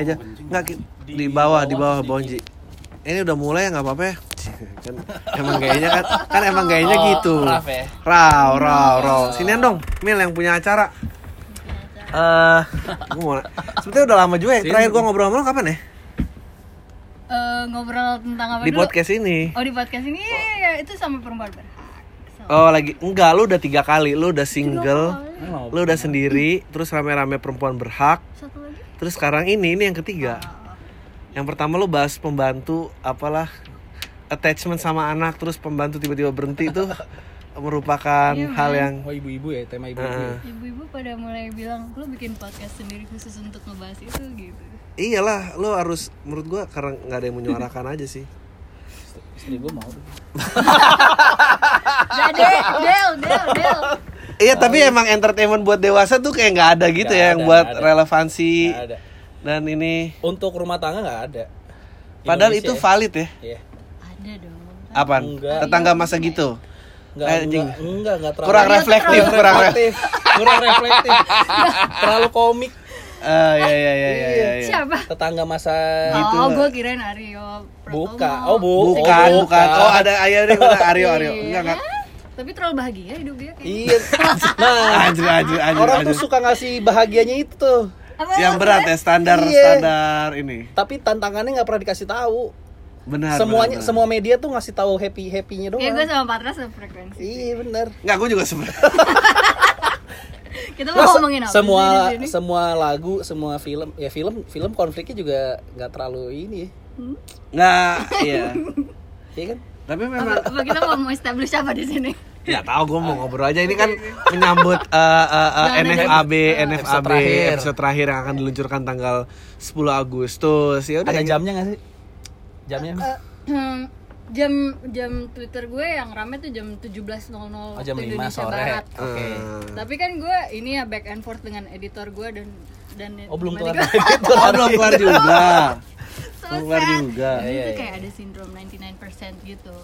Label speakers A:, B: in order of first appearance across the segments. A: aja nggak ki- di bawah di bawah bonji ini udah mulai nggak apa-apa ya kan emang gayanya kan kan emang gayanya
B: Oh,
A: gitu
B: rough ya?
A: raw raw raw sinian dong mil yang punya acara eh gua mau sebetulnya udah lama juga ya terakhir gua ngobrol sama lo kapan ya
C: Eh, ngobrol tentang apa
A: di
C: dulu?
A: podcast ini
C: Oh di podcast ini iya, iya, iya. itu sama perempuan berhak. So,
A: oh lagi enggak lu udah tiga kali lu udah single lu udah sendiri terus rame-rame perempuan berhak
C: satu lagi
A: Terus sekarang ini ini yang ketiga. Yang pertama lo bahas pembantu apalah attachment sama anak terus pembantu tiba-tiba berhenti itu merupakan hal yang
B: Oh ibu-ibu ya tema ibu-ibu.
A: Hmm.
B: ya?
C: ibu-ibu pada mulai bilang lu bikin podcast sendiri khusus untuk ngebahas itu gitu.
A: iyalah lo harus menurut gua karena nggak ada yang menyuarakan aja sih.
B: Istri gue mau.
C: Jadi Ya, Del Del Del.
A: Iya tapi emang entertainment buat dewasa tuh kayak nggak ada gitu
B: Nggak
A: ya
B: ada,
A: yang buat
B: nggak ada.
A: relevansi
B: Nggak ada.
A: dan ini
B: Untuk rumah tangga nggak ada.
A: padahal
B: Indonesia
A: itu valid ya.
B: ya. Iya.
C: Ada dong.
A: Apaan?
B: Enggak. Iya.
A: Tetangga masa gitu.
B: Nggak,
A: Eh,
B: enggak,
A: jing.
B: enggak, enggak terlalu Iya,
A: Kurang reflektif, kurang reflektif.
B: kurang reflektif, terlalu komik.
A: Eh ya ya ya ya
B: Iya,
A: ya, ya.
C: Siapa?
B: Tetangga masa
A: Gitu
C: oh,
A: lah.
C: gue kirain Aryo Pratomo.
B: buka, oh bu, oh,
A: Bukan, bukan. Oh ada ayo deh, udah, Aryo, Aryo. Enggak, enggak.
C: Tapi terlalu bahagia hidup dia kayak.
B: Iya, nah
A: Anjir, anjir, anjir,
B: orang
A: anjir.
B: tuh suka ngasih bahagianya itu tuh,
C: Apa?
A: yang berat ya standar
B: Iya.
A: standar ini
B: tapi tantangannya nggak pernah dikasih tahu.
A: benar
B: Semuanya,
A: benar, benar.
B: semua media tuh ngasih tahu happy happynya doang.
C: Ya gue sama Patra sefrekuensi.
B: Iya bener.
A: nggak gue juga sebenarnya
C: Kita
B: Mas,
C: mau ngomongin apa?
B: semua
C: sih di sini?
B: semua lagu semua film ya film film konfliknya juga nggak terlalu ini
A: nggak iya
B: ya kan
A: tapi
C: Apa,
A: memang
C: apa kita mau mau establish apa di sini?
A: nggak tahu gue mau ngobrol aja ini kan menyambut eh, eh, eh,
C: Jangan
A: NFAB
B: Episode
A: NFAB
B: terakhir.
A: episode terakhir yang akan diluncurkan tanggal 10 Agustus ya udah
B: ada
A: ini-
B: jamnya nggak sih jamnya
C: Hmm, jam jam Twitter gue yang rame tuh jam 17.00
B: oh, jam
C: waktu
B: 5
C: Indonesia
B: sore
C: Barat.
B: oke Hmm.
C: Tapi kan gue ini ya back and forth dengan editor gue dan dan
B: oh belum keluar
C: otomatis-
B: gitu
A: oh, belum keluar juga
C: So
A: belum keluar
C: sad.
A: juga
C: Jadi
B: Iya,
C: tuh
B: iya.
C: kayak ada sindrom 99% gitu.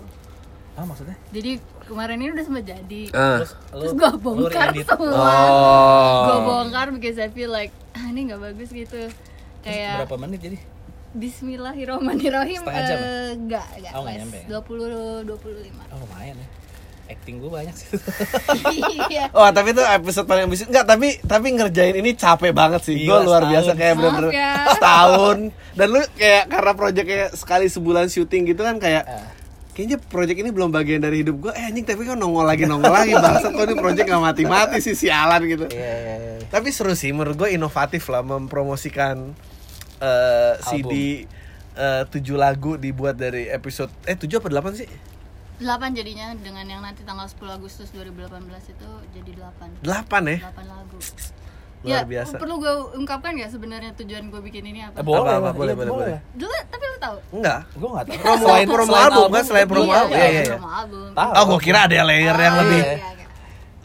B: ah maksudnya
C: Jadi kemarin ini udah sempat jadi.
A: Eh.
B: terus
C: Terus gue bongkar semua. Gue
A: oh
C: bongkar because I feel like ah, ini nggak bagus gitu. Kayak
B: berapa menit jadi
C: Bismillahirrahmanirrahim
B: Setengah jam ya?
C: eh, enggak enggak
B: Oh, enggak
C: pas
B: nyampe ya?
C: 20 25
B: oh lumayan ya acting gue banyak sih
C: iya
A: Oh tapi itu episode paling ambisius Enggak tapi tapi ngerjain ini capek banget sih Gue
B: Gila,
A: luar biasa
B: setahun.
A: kayak bener-bener
C: Maaf ya.
A: setahun Dan lu kayak karena proyeknya sekali sebulan syuting gitu kan kayak
B: Eh.
A: Kayaknya proyek ini belum bagian dari hidup gue Eh anjing tapi kan nongol lagi nongol lagi Bangsat kok ini proyek gak mati-mati sih sialan gitu
B: iya iya iya
A: Tapi seru sih menurut gue inovatif lah mempromosikan eh,
B: Album.
A: CD eh, tujuh lagu dibuat dari episode eh tujuh apa delapan sih
C: 8 jadinya dengan yang nanti tanggal 10 Agustus 2018 itu jadi 8
A: delapan ya
C: 8 lagu Ya,
A: luar biasa
C: perlu gue ungkapkan gak sebenarnya tujuan gue bikin ini apa?
B: Eh, boleh,
A: Apa-apa,
B: lah,
A: boleh,
B: iya,
A: boleh, boleh.
C: Dulu tapi lu tahu
A: enggak
B: Gue gak tau
A: Promo- promo album, kan? Selain promo
C: Iya,
A: album.
C: iya,
A: Iya, iya,
C: promo album
B: Tahu.
A: Oh, gue kira ada layer yang
C: Ah,
A: lebih.
C: iya, iya, iya.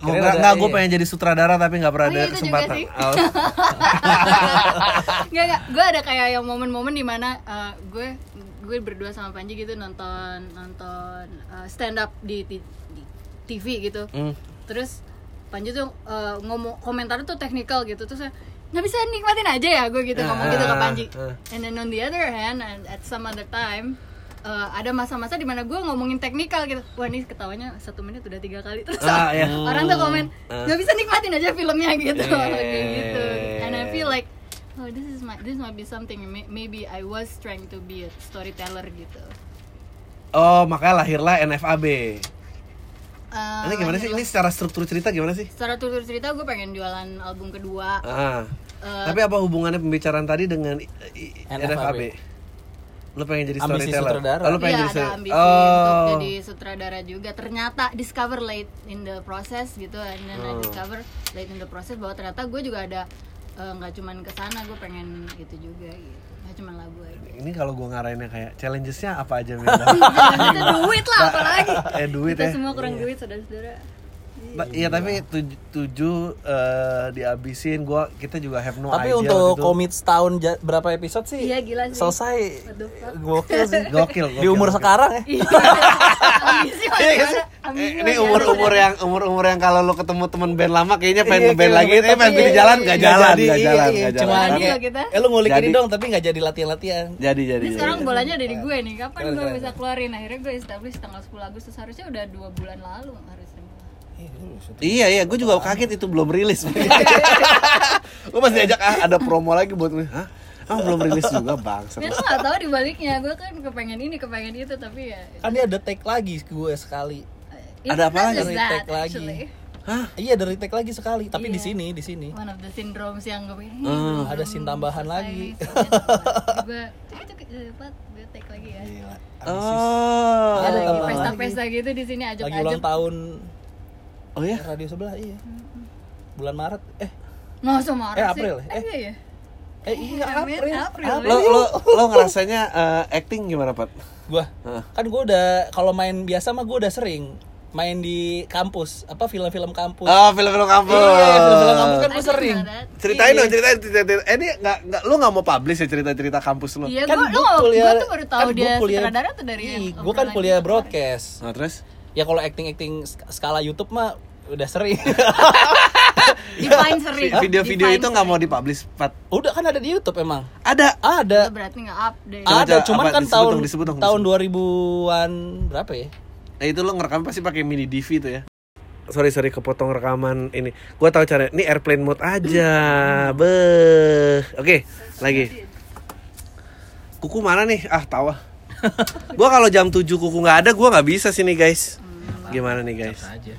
A: Gue
B: Kira
A: kira
B: ada-
A: enggak, gue
B: iya.
A: pengen jadi sutradara tapi nggak pernah
C: Oh,
A: ada
C: iya, itu juga
A: kesempatan.
C: sih.
A: Oh,
C: Nggak, nggak. Gue ada kayak yang momen-momen dimana eh, gue gue berdua sama Panji gitu nonton nonton eh, stand up di, di- di TV gitu.
A: Hmm.
C: Terus Panji tuh eh, ngomong komentarnya tuh teknikal gitu terus saya, nggak bisa nikmatin aja ya gue
A: Eh,
C: gitu ngomong gitu ke Panji.
A: Ah,
C: And then on the other hand and at some other time eh, ada masa-masa dimana gue ngomongin teknikal gitu. Wah ini ketawanya satu menit udah tiga kali terus.
A: Ah, iya. Eh.
C: Orang tuh komen nggak bisa nikmatin aja filmnya gitu kayak gitu.
A: Yeah.
C: And I feel like oh this is my this might be something May- maybe I was trying to be a storyteller gitu.
A: Oh, makanya lahirlah NFAB.
C: Eh,
A: Ini gimana sih? Ini secara struktur cerita gimana sih?
C: Secara tutur cerita gue pengen jualan album kedua.
A: Ah.
C: Eh,
A: Tapi apa hubungannya pembicaraan tadi dengan i- i-
B: NFAB?
A: NFAB? Lu pengen jadi
B: Ambisi
A: storyteller?
B: sutradara.
A: Oh, lu pengen jadi
C: Iya ada
A: story-
C: ambisi untuk
A: Oh.
C: jadi sutradara juga. Ternyata discover late in the process gitu, and then
A: Oh.
C: I discover late in the process bahwa ternyata gue juga ada eh, nggak cuman kesana, gue pengen itu juga gitu. Nggak cuman lagu aja.
A: Ini kalau gue ngarahinnya kayak challengesnya apa aja Mel?
C: Kita duit lah apalagi.
A: Eh duit
C: Kita
A: ya.
C: semua kurang duit saudara-saudara.
A: Ba- Iya tapi tuj- tujuh eh, dihabisin gua kita juga have no
B: Tapi
A: idea
B: untuk
A: waktu itu.
B: komit setahun ja- berapa episode sih?
C: Iya, gila sih.
B: Selesai.
C: What the fuck?
B: Gokil sih.
A: gokil,
B: Di
A: gokil,
B: umur
A: gokil.
B: sekarang ya.
C: Iya. Ambisi masih
A: Iya
C: ada,
A: sih?
C: ambisi
A: Eh, ini
C: masih
A: umur
C: ada.
A: umur yang umur umur yang kalau lo ketemu temen band lama kayaknya
B: Iya,
A: pengen ngeband
B: kayak
A: lagi ini
B: tapi-
A: pengen pilih jalan gak
B: Iya,
A: jalan
B: jadi,
A: gak
B: iya,
A: jalan
B: iya,
A: gak jalan
B: cuman
A: Tapi-
C: Iya,
B: ya,
C: kita.
B: eh, lu ngulik
A: Jadi-
B: ini dong tapi nggak jadi latihan-latihan.
A: jadi jadi
C: Ini
A: jadi.
C: sekarang bolanya ada di gue nih. Kapan gue bisa keluarin? Akhirnya gue establish tanggal 10 Agustus. Harusnya udah dua bulan lalu harusnya.
A: iya iya gue juga kaget itu belum rilis gue masih ajak ah ada promo lagi buat Hah? ah belum rilis juga bang
C: Dan lo gak tau di baliknya. Gue kan kepengen ini, kepengen itu. Tapi ya...
B: Kan dia ada take lagi ke gue sekali.
C: it's
A: Ada apa
C: not
A: lagi?
C: just that,
B: Retake lagi.
C: actually.
A: Hah?
B: Iya, ada retake lagi sekali, tapi di
C: Iya.
B: sini, di sini.
C: One of the syndromes yang gue pengen.
A: Hmm.
B: Ada scene tambahan lagi.
C: Gue... eh, Itu cepat. Gue take lagi ya.
B: Gila.
A: Oh.
C: Ada lagi
B: tambah
C: pesta-pesta gitu di sini
B: Lagi ulang
C: ajak-ajak.
B: tahun
A: Oh ya?
B: radio sebelah, iya. Bulan Maret. Eh,
C: Nggak usah marah
B: Eh,
C: sih.
B: April ya?
C: Eh, iya ya.
B: eh iya
C: Amin,
B: April. kan
C: April.
A: Lo lo lo ngerasanya eh, acting gimana, Pat?
B: Gua.
A: Hah.
B: Kan gua udah kalau main biasa mah gua udah sering main di kampus, apa film-film kampus.
A: Oh, film-film kampus.
B: Iya, film-film kampus Iya. kan gua
C: Ada
B: sering.
C: ada-
A: Ceritain dong, ceritain, ceritain. ceritain. Eh, ini enggak enggak lo nggak mau publish ya cerita-cerita kampus lo?
C: Iya,
B: Kan
C: gue
B: gua kuliah-
C: tuh baru tahu
B: kan gua
C: dia
B: kuliah-
C: sutradara tuh dari
B: Ih,
C: yang
B: gua kan
C: obrolan
B: kuliah
C: kita.
B: broadcast.
A: Nah, terus?
B: Ya kalau acting-acting sk- skala YouTube mah udah sering.
C: Define sering.
A: Video-video
C: Define
A: itu nggak mau dipublish, Pat.
B: udah kan ada di YouTube emang.
A: Ada.
C: sering.
B: Ada.
C: Berarti nggak up deh.
A: Ah. Coba,
B: ada,
A: coba,
B: cuman
A: apa,
B: kan
A: disebut
B: tahun
A: dong, disebut dong,
B: tahun 2000-an berapa ya?
A: Nah, itu lo ngerekam pasti pakai mini DV itu ya. Sorry sorry kepotong rekaman ini. Gua tahu cara. Ini airplane mode aja. Beh. Oke, lagi. Kuku mana nih? Ah, tawa. gua kalau jam 7 kuku nggak ada, gua nggak bisa sini, guys. Gimana nih, guys?
B: Aja.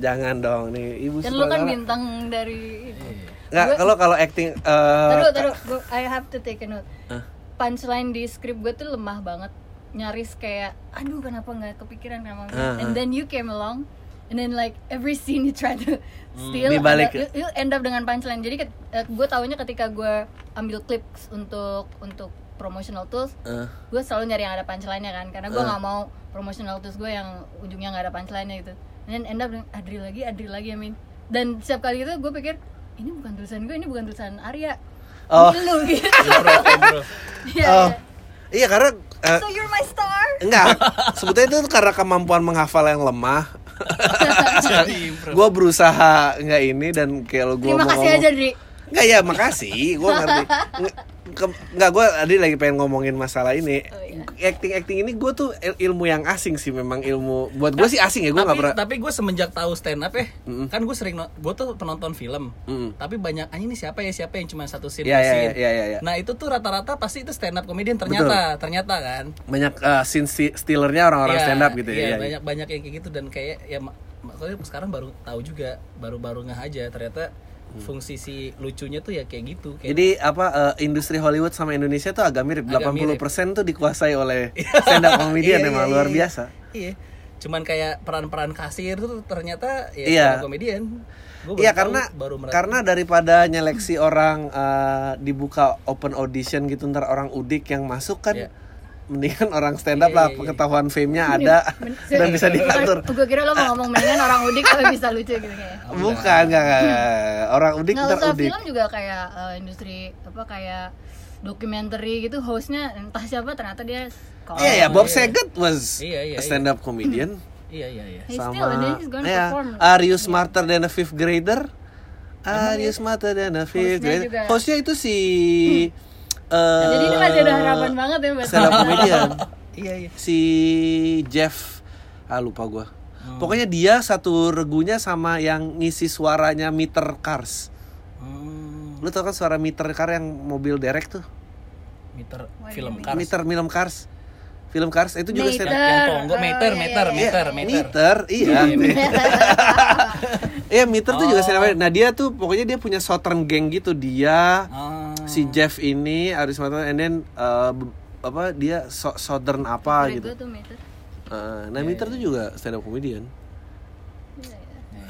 A: Jangan dong nih, Ibu
C: Dan lu kan
A: sutradara.
C: bintang dari itu.
A: Nggak, kalau kalau acting eh,
C: Taruh, taruh. Gua, I have to take a note. Punchline di script gue tuh lemah banget. Nyaris kayak, aduh kenapa nggak kepikiran sama gue.
A: Ah,
C: And then you came along. And then like every scene you try to steal,
A: dibalik.
C: ada- you, you end up dengan punchline. Jadi ket- eh, gue taunya ketika gue ambil clips untuk untuk promotional tools,
A: eh,
C: gue selalu nyari yang ada punchline-nya kan karena gue nggak mau promotional tools gue yang ujungnya nggak ada punchline-nya gitu dan end up dengan Adri lagi Adri lagi Amin dan setiap kali itu gue pikir ini bukan tulisan gue ini bukan tulisan Arya
A: Oh.
C: Ini lu gitu Iya,
A: oh.
C: iya.
A: iya karena eh,
C: so you're my star
A: enggak sebetulnya itu karena kemampuan menghafal yang lemah gue berusaha nggak ini dan kalau gue
C: terima kasih aja Adri
A: nggak ya makasih gue ngerti Nge- ke- nggak gue tadi lagi pengen ngomongin masalah ini
C: Oh, iya.
A: acting acting ini gue tuh il- ilmu yang asing sih memang ilmu buat gue sih asing ya gue
B: tapi,
A: nggak pernah
B: tapi gue semenjak tahu stand up ya kan gue sering gue tuh penonton film
A: Mm.
B: tapi banyak anjing ini siapa ya siapa yang cuma satu scene
A: Iya,
B: per
A: iya,
B: scene."
A: iya, iya, iya.
B: nah itu tuh rata-rata pasti itu stand up comedian ternyata ternyata kan
A: banyak eh, scene sti- stealernya orang-orang
B: Iya,
A: stand up gitu ya
B: iya,
A: iya, iya.
B: banyak banyak yang kayak gitu dan kayak ya mak- makanya sekarang baru tahu juga baru-baru ngeh aja ternyata
A: Hmm.
B: fungsi si lucunya tuh ya kayak gitu kayak
A: Jadi apa eh, industri Hollywood sama Indonesia tuh agak mirip.
B: Agak
A: 80% tuh dikuasai oleh stand up comedian
B: Iya,
A: memang
B: iya,
A: luar
B: iya.
A: biasa.
B: iya cuman kayak peran-peran kasir tuh ternyata ya
A: Iya.
B: stand-up comedian Gua baru
A: Iya
B: tahu,
A: karena
B: baru merasa-
A: karena daripada nyeleksi orang eh, dibuka open audition gitu ntar orang udik yang masuk kan
B: Iya.
A: mendingan orang stand up lah pengetahuan fame-nya ada dan bisa diatur.
C: gue kira lo mau ngomong mendingan orang udik tapi bisa lucu gitu kayak
A: Bukan enggak, enggak, enggak. orang udik
C: nggak
A: ntar
C: usah
A: udik.
C: film juga kayak eh, industri apa kayak dokumenter gitu hostnya entah siapa ternyata dia
A: Iya ya Bob Saget was
B: Oh, Iya, iya,
A: a stand up comedian.
B: iya iya iya
C: He's
A: sama
C: still, and then he's gonna
A: ya,
C: perform. Iya.
A: Are you smarter than a fifth grader? Are you smarter than a fifth
C: Hostnya
A: grader?
C: juga. Hmm. Nah,
A: Hostnya itu si eh,
C: Jadi ini masih ada harapan banget ya buat
A: stand up comedian.
B: iya iya
A: si Jeff ah lupa gua.
B: Oh.
A: Pokoknya dia satu regunya sama yang ngisi suaranya meter cars.
B: Hmm,
A: Lu tau kan suara meter car yang mobil derek tuh?
B: meter
C: What
B: film
C: do you mean?
B: Cars.
A: Meter film cars. Film cars itu juga
C: Meter.
A: stand
B: Yang tonggo
C: Oh,
B: meter,
C: iya,
B: meter,
C: iya, iya.
B: meter,
A: Iya,
B: meter.
A: meter, iya. Iya, meter tuh
B: Oh.
A: juga stand up. Nah, dia tuh pokoknya dia punya southern gang gitu. Dia
B: Ah,
A: si Jeff ini Aris Mata and then uh, be- apa dia so- southern apa
C: Gue
A: gitu.
C: tuh meter.
A: Uh, nah Miter tuh juga stand up comedian.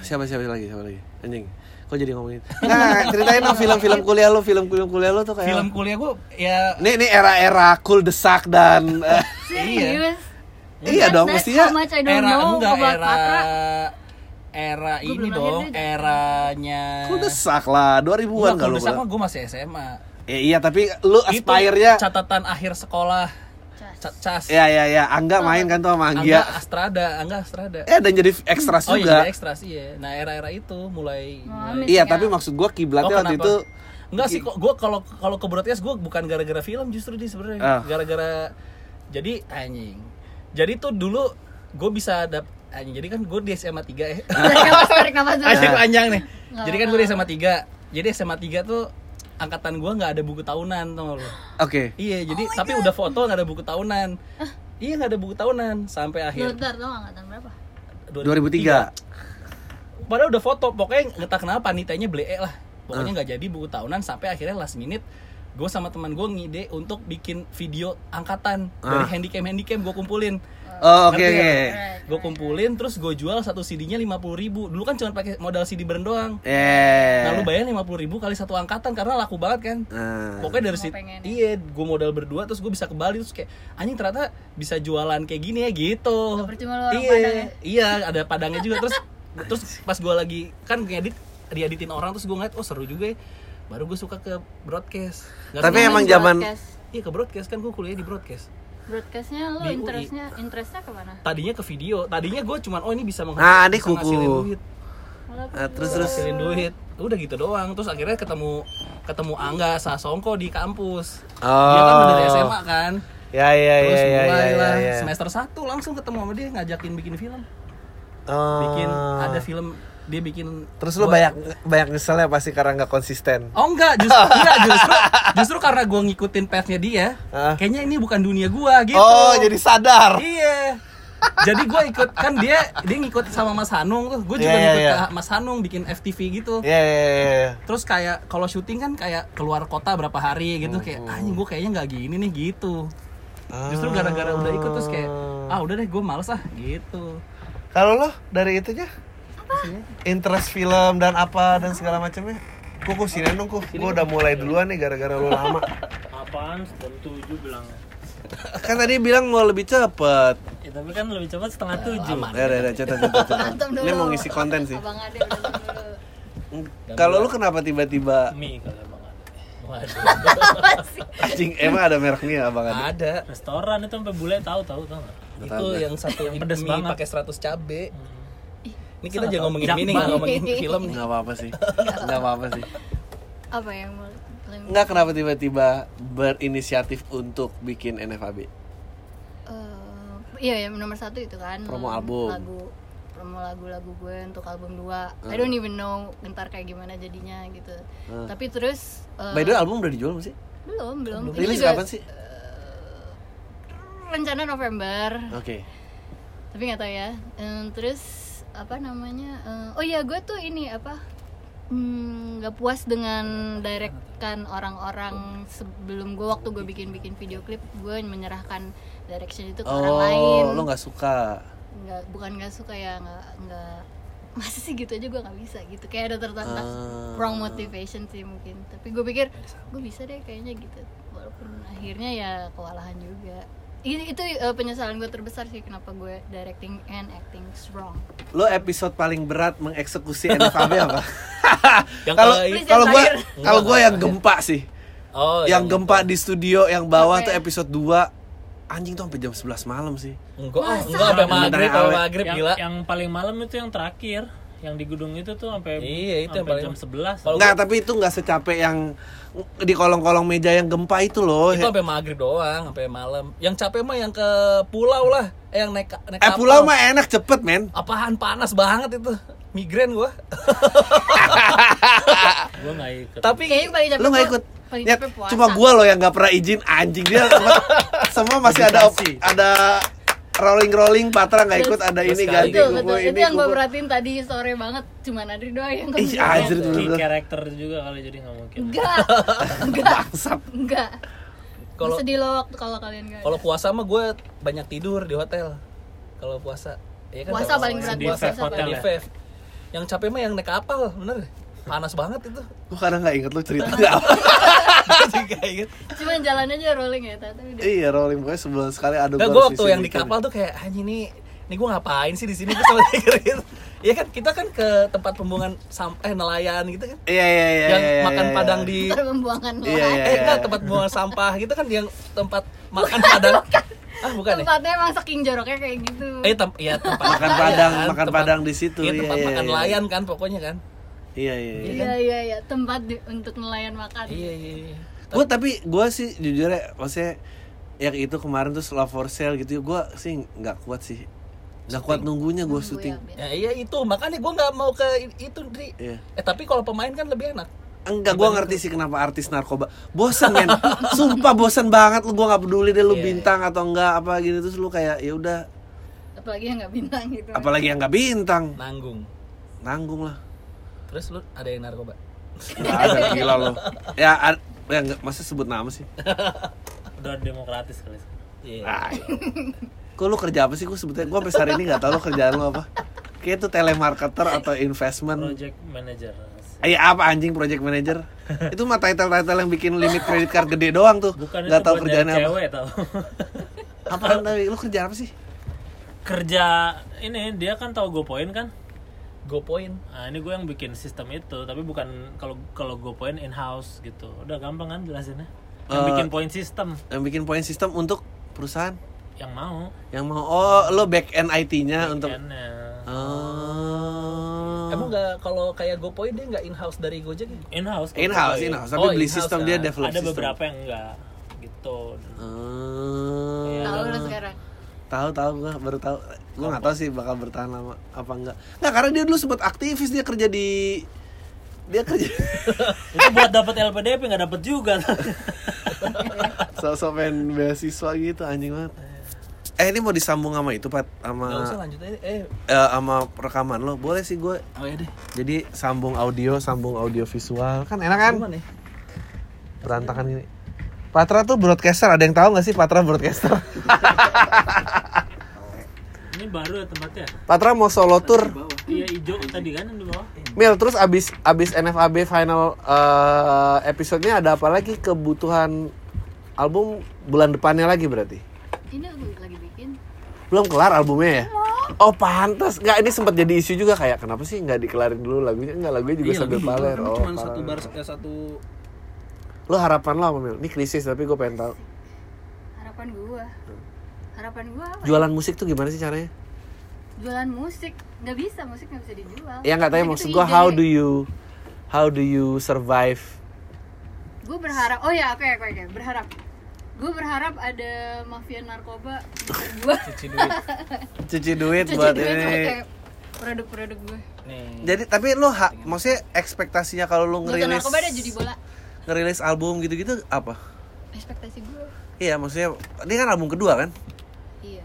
A: Siapa siapa lagi siapa lagi anjing. Kok jadi ngomongin? Nah, ceritain dong film-film kuliah lo, film-film kuliah lo tuh kayak.
B: film kuliah gua ya
A: Nih nih era-era cool desak dan eh,
C: Serius?
A: iya dong
C: That's
A: mestinya
C: how much I don't
B: era
C: know
B: enggak
C: about
B: era
C: Patra.
B: era
C: Gua
B: ini
C: belum ya. lahir
B: dong,
C: juga.
B: eranya.
A: Lu desak lah, 2000-an
B: Enggak,
A: kalau lu.
B: kuldesak
A: Bang.
B: mah gue masih SMA.
A: Ya, iya, tapi lu
B: Itu
A: aspire-nya
B: catatan akhir sekolah. Ca- Cas.
A: Ya ya ya, Angga main kan tuh sama
B: Angga
A: Anggia.
B: Astrada, Angga Astrada.
A: Eh dan jadi ekstras
B: oh iya, jadi
A: juga.
B: ekstras iya. Nah, era-era itu mulai
C: Mengamis
A: Iya,
C: ya.
A: tapi maksud gua
B: Oh,
A: kiblatnya waktu
B: kenapa?
A: itu
B: Enggak sih kok gue kalau kalau ke broadcast gue bukan gara-gara film justru di sebenarnya
A: Ah.
B: gara-gara jadi anjing. Jadi tuh dulu gue bisa dap anjing. Jadi kan gue di SMA 3 ya.
A: Ah.
C: Nafas tarik nafas dulu.
B: Anjing panjang nih.
C: Nggak
B: Jadi kan gue di SMA 3. Jadi SMA 3 tuh angkatan gue nggak ada buku tahunan tuh lo.
A: Oke.
B: Iya, jadi tapi udah foto nggak ada buku tahunan. Iya nggak ada buku tahunan sampai
C: Lu
B: akhir
C: bentar tau angkatan berapa?
A: 2003.
B: Padahal udah foto, pokoknya nggak tahu kenapa panitianya blee lah. Pokoknya nggak jadi buku tahunan sampai akhirnya last minute gue sama teman gue ngide untuk bikin video angkatan dari
A: Ah.
B: handycam handycam gue kumpulin
A: Oh, oke
B: Ngerti
A: oke.
B: gue kumpulin terus gue jual satu CD-nya lima puluh ribu dulu kan cuma pakai modal CD burn doang
A: Eh.
B: nah lu bayar lima puluh ribu kali satu angkatan karena laku banget kan
A: Nah.
B: pokoknya dari
C: Semua
B: situ
C: pengen. ya.
B: iya gue modal berdua terus gue bisa ke Bali terus kayak anjing ternyata bisa jualan kayak gini ya gitu
C: Gak percuma lu orang
B: iya
C: Padang ya.
B: iya ada padangnya juga terus terus pas gue lagi kan ngedit dieditin orang terus gue ngeliat oh seru juga ya baru gue suka ke broadcast Nggak
A: Tapi
B: tahu-
A: emang
C: Main
A: zaman-
C: broadcast.
B: iya ke broadcast kan gue kuliah di broadcast
C: broadcastnya lu
B: Di UI.
C: interestnya interestnya kemana?
B: tadinya ke video tadinya gue cuman oh ini bisa menghasil-
A: Nah, ini
B: bisa ngasilin
A: kuku.
B: duit
A: Ah, terus terus.
B: ngasilin duit udah gitu doang terus akhirnya ketemu ketemu Angga Sasongko di kampus dia kan dari
A: Oh.
B: SMA kan
A: Ya ya
B: Terus
A: ya ya ya
B: mulai
A: ya.
B: lah
A: ya.
B: semester 1 langsung ketemu sama dia ngajakin bikin film.
A: Oh.
B: Bikin ada film dia bikin
A: Terus lu
B: buat-
A: banyak banyak nyeselnya pasti karena nggak konsisten.
B: Oh enggak, justru enggak justru justru karena gua ngikutin path-nya dia.
A: Ah.
B: Kayaknya ini bukan dunia gua gitu.
A: Oh, jadi sadar.
B: Iya. Jadi gua ikut kan dia dia ngikut sama Mas Hanung tuh. Gua juga
A: Iya, iya,
B: ngikut
A: iya.
B: ke Mas Hanung bikin FTV gitu.
A: Ya ya ya. ya.
B: Terus kayak kalau syuting kan kayak keluar kota berapa hari gitu kayak anjing gua kayaknya nggak gini nih gitu. Justru gara-gara udah ikut terus kayak ah udah deh gua males ah gitu.
A: Kalau lo dari itunya? Interest film dan apa dan segala macamnya? Kuku sini dong kuku. Gue udah mulai duluan nih gara-gara lo lama.
D: Apaan? Jam 7 bilangnya.
A: kan tadi bilang mau lebih cepet.
D: Ya tapi kan lebih cepat setengah
B: Eh,
D: 7.
A: Ya udah udah cetet cetet cetet.
C: Mantap dulu.
A: Ini mau ngisi konten sih.
C: Abang Ade udah dulu.
A: Kalau lu kenapa tiba-tiba
D: Mie kalau emang ada.
A: anjing emang ada mereknya abang Adi?
B: Ada.
D: Restoran itu sampai bule tahu tahu tahu nggak?
B: itu yang satu yang
D: pedes banget.
B: pakai 100 cabe. Ini kita jangan
D: Salah tahu.
B: ngomongin
D: Jak
B: ini, nggak
D: banget.
B: ngomongin film nih.
A: Nggak apa-apa sih. Nggak apa-apa sih.
C: Apa yang mau klaim?
A: Nggak kenapa tiba-tiba berinisiatif untuk bikin NFAB?
C: Eh, iya ya nomor satu itu kan
A: Promo
C: eh,
A: album.
C: lagu promo lagu-lagu gue untuk album
A: Eh.
C: 2 I don't even know ntar kayak gimana jadinya gitu tapi terus eh,
A: By the way album udah dijual belum sih?
C: belum belum Ini
A: Rilis
C: juga eh,
A: kapan sih?
C: rencana November
A: Oke.
C: tapi nggak tahu ya Em, terus apa namanya eh, oh iya gue tuh ini apa Hmm, nggak puas dengan direkkan orang-orang sebelum gue waktu gue bikin bikin video klip gue menyerahkan direction itu ke orang lain
A: Oh, lo nggak suka.
C: nggak bukan nggak suka ya nggak nggak masih sih gitu aja gue nggak bisa gitu kayak ada tertantang
A: Ah.
C: wrong motivation sih mungkin tapi gue pikir gue bisa deh kayaknya gitu walaupun akhirnya ya kewalahan juga ini itu eh, penyesalan gue terbesar sih kenapa gue directing and acting strong
A: Lo episode paling berat mengeksekusi NFAB apa?
B: Yang
A: Kalau
B: terakhir.
A: kalau gua
C: Yang
A: kalau gua yang gempa sih.
B: Oh,
A: yang gempa di studio yang bawah
C: Oke.
A: tuh episode 2 anjing tuh sampai jam 11 malam sih.
B: enggak oh, enggak sampai maghrib, sampai maghrib
D: yang,
B: gila.
D: yang paling malam itu yang terakhir, yang di gedung itu tuh sampai
B: Iya, itu yang
D: sampai
B: paling-
D: jam 11.
B: Kalau
A: Enggak, tapi itu nggak secapek yang di kolong-kolong meja yang gempa itu loh. Eh,
B: Itu sampai maghrib doang, sampai malam. Yang capek mah yang ke pulau lah, eh, yang naik
A: eh
B: naik kapal.
A: pulau mah enak cepet men.
B: Apaan panas banget itu. Migrain gua.
D: Gua enggak ikut.
B: Tapi
C: kayaknya paling capek
A: Lu nggak
C: Iya, gua-
A: ikut.
C: paling
A: Ya,
C: capek puasa
A: cuma gua loh yang nggak pernah izin anjing dia semua, semua masih ada op-
D: Dedikasi.
A: ada rolling rolling patra nggak ikut ada
B: Terus
A: ini
B: sekali.
A: ganti
C: betul,
A: kuku
C: betul.
A: ini
C: itu yang gue
A: kuku.
C: perhatiin tadi sore banget cuman Adri doang yang
A: Ih,
C: kepikiran.
A: anjir bener
D: Key
A: bener.
D: karakter juga kali jadi nggak mungkin.
C: enggak enggak
A: Bangsat.
C: enggak
B: Kalau-
C: sedih lo waktu kalau kalian enggak
B: kalau puasa mah gua banyak tidur di hotel. Kalau puasa. Ya
C: Puasa
B: kalau-
C: paling berat,
B: puasa
D: puasa
B: sampai
D: hotel
B: di
D: ya?
B: vape. Yang capek mah yang naik kapal, bener. Panas banget itu.
A: Gua kadang nggak inget lu ceritanya apa.
B: Juga inget.
C: Cuman jalan aja rolling ya, tapi udah.
A: iya rolling pokoknya sebulan sekali ada
B: Gak,
A: gua gitu.
B: gue
A: harus
B: waktu
A: isi
B: yang di
A: dikit.
B: kapal tuh kayak anjing nih, nih gue ngapain sih di sini gue sama gitu. Iya kan kita kan ke tempat pembuangan sampah eh, nelayan gitu kan.
A: Iya iya iya.
B: yang
A: iya, iya,
B: makan
A: iya.
B: padang di
C: Ntar pembuangan
A: Iya,
C: lahan.
A: iya.
B: eh enggak tempat buang sampah gitu kan yang tempat makan padang. Ah bukan ya?
C: Tempatnya emang saking joroknya kayak gitu.
B: Eh tem ya tempat
A: Makan padang, makan padang di situ,
B: Iya,
A: iya,
B: tempat
A: iya,
B: makan
A: iya.
B: nelayan kan pokoknya kan.
A: Iya iya. iya.
C: Iya iya iya tempat di- untuk nelayan makan.
B: Iya iya. iya.
A: Gue tapi gue sih jujur ya, maksudnya yang itu kemarin tuh love for sale gitu, gue sih nggak kuat sih, nggak kuat nunggunya gue
C: Nunggu
A: syuting.
C: ya, biar-
B: Ya iya itu makanya gue nggak mau ke i- itu Dri.
C: ya.
A: Iya.
B: Eh tapi kalau pemain kan lebih enak.
A: Enggak, gue ngerti sih kenapa artis narkoba Bosen men, sumpah bosen banget lu Gue gak peduli deh lu
B: Iya,
A: bintang atau enggak apa gini Terus lu kayak ya udah
C: Apalagi yang nggak bintang gitu.
A: Apalagi yang gak bintang
B: Nanggung.
A: Nanggung lah
B: Terus lu ada yang narkoba.
A: Nggak ada, gila lu Ya, ad- ya nggak- masa sebut nama sih
D: udah demokratis kali sekarang.
B: Iya.
A: Ay. Ah, Kok lu kerja apa sih? Gue sebetulnya gue sampai hari ini gak tau lu kerjaan lu apa Kayak itu telemarketer atau investment
D: project manager
A: Iya apa anjing project manager? Itu mah title-title yang bikin limit kredit card gede doang tuh.
D: bukan
A: Gak
D: itu
A: tahu
D: buat
A: kerjaannya
D: nyari
A: apa.
D: cewek tau
A: Apaan tapi lu kerja apa sih?
D: kerja ini dia kan tahu GoPoint kan
B: Go point.
D: Nah, ini gue yang bikin sistem itu, tapi bukan kalau kalau gue poin in house gitu. Udah gampang kan jelasinnya. Yang
A: Eh.
D: bikin poin sistem
A: Yang bikin poin sistem untuk perusahaan
D: yang mau Kan,
A: yang mau oh lo back end IT-nya untuk
D: end-nya.
A: oh
B: Emang nggak kalau kayak Go point dia nggak in house dari Gojek ya?
D: in house.
A: in house in house tapi
B: Oh,
A: beli
B: in-house
A: sistem
B: kan.
A: dia develop
D: Ada
A: system.
D: beberapa yang enggak gitu.
A: Oh.
C: Tahu lu sekarang.
A: tahu tahu gua baru tahu gua nggak tahu sih bakal bertahan lama apa enggak nggak karena dia dulu sempat aktivis dia kerja di dia kerja
D: itu buat dapat LPDP nggak dapat juga.
A: sosok pengen beasiswa gitu anjing banget eh ini mau disambung sama itu pat sama
B: Nggak usah lanjut aja. Eh
A: eh, sama rekaman lo boleh sih gue
B: oh ya deh.
A: jadi sambung audio sambung audio visual kan enak kan
B: Gimana ya?
A: berantakan ini. Patra tuh broadcaster, ada yang tahu nggak sih Patra broadcaster?
D: ini baru ya tempatnya.
A: Patra mau solo tour.
D: Iya hijau tadi kan yang di bawah.
A: Mil, terus abis abis NFAB final eh, episode-nya ada apa lagi kebutuhan album bulan depannya lagi berarti?
C: Ini aku lagi bikin.
A: Belum kelar albumnya ya? Oh pantas, nggak ini sempat jadi isu juga kayak kenapa sih nggak dikelarin dulu lagunya? Nggak lagunya juga sambil paler.
B: Kan
A: Oh,
B: cuma
A: parah.
B: satu bar eh, satu
A: Lo harapan lo apa Mil? Ini krisis tapi gue pengen tahu.
C: Harapan gua. Harapan gua apa?
A: Jualan musik tuh gimana sih caranya?
C: Jualan musik nggak bisa, musik nggak bisa dijual.
A: Ya nggak tanya maksud
C: Musik itu
A: gue
C: ide.
A: how do you how do you survive
C: Gue berharap, oh ya, oke, oke, oke, berharap. Gue berharap ada mafia narkoba gue
B: cuci duit.
A: cuci duit
C: cuci
A: buat
C: duit
A: ini.
C: pakai produk-produk gue.
B: Nih.
A: Jadi tapi lo ha- maksudnya ekspektasinya kalau lo
C: Bukan
A: ngerilis
C: narkoba deh jadi bola.
A: ngerilis album gitu-gitu apa?
C: Ekspektasi gue.
A: Iya, maksudnya ini kan album kedua kan?
C: Iya.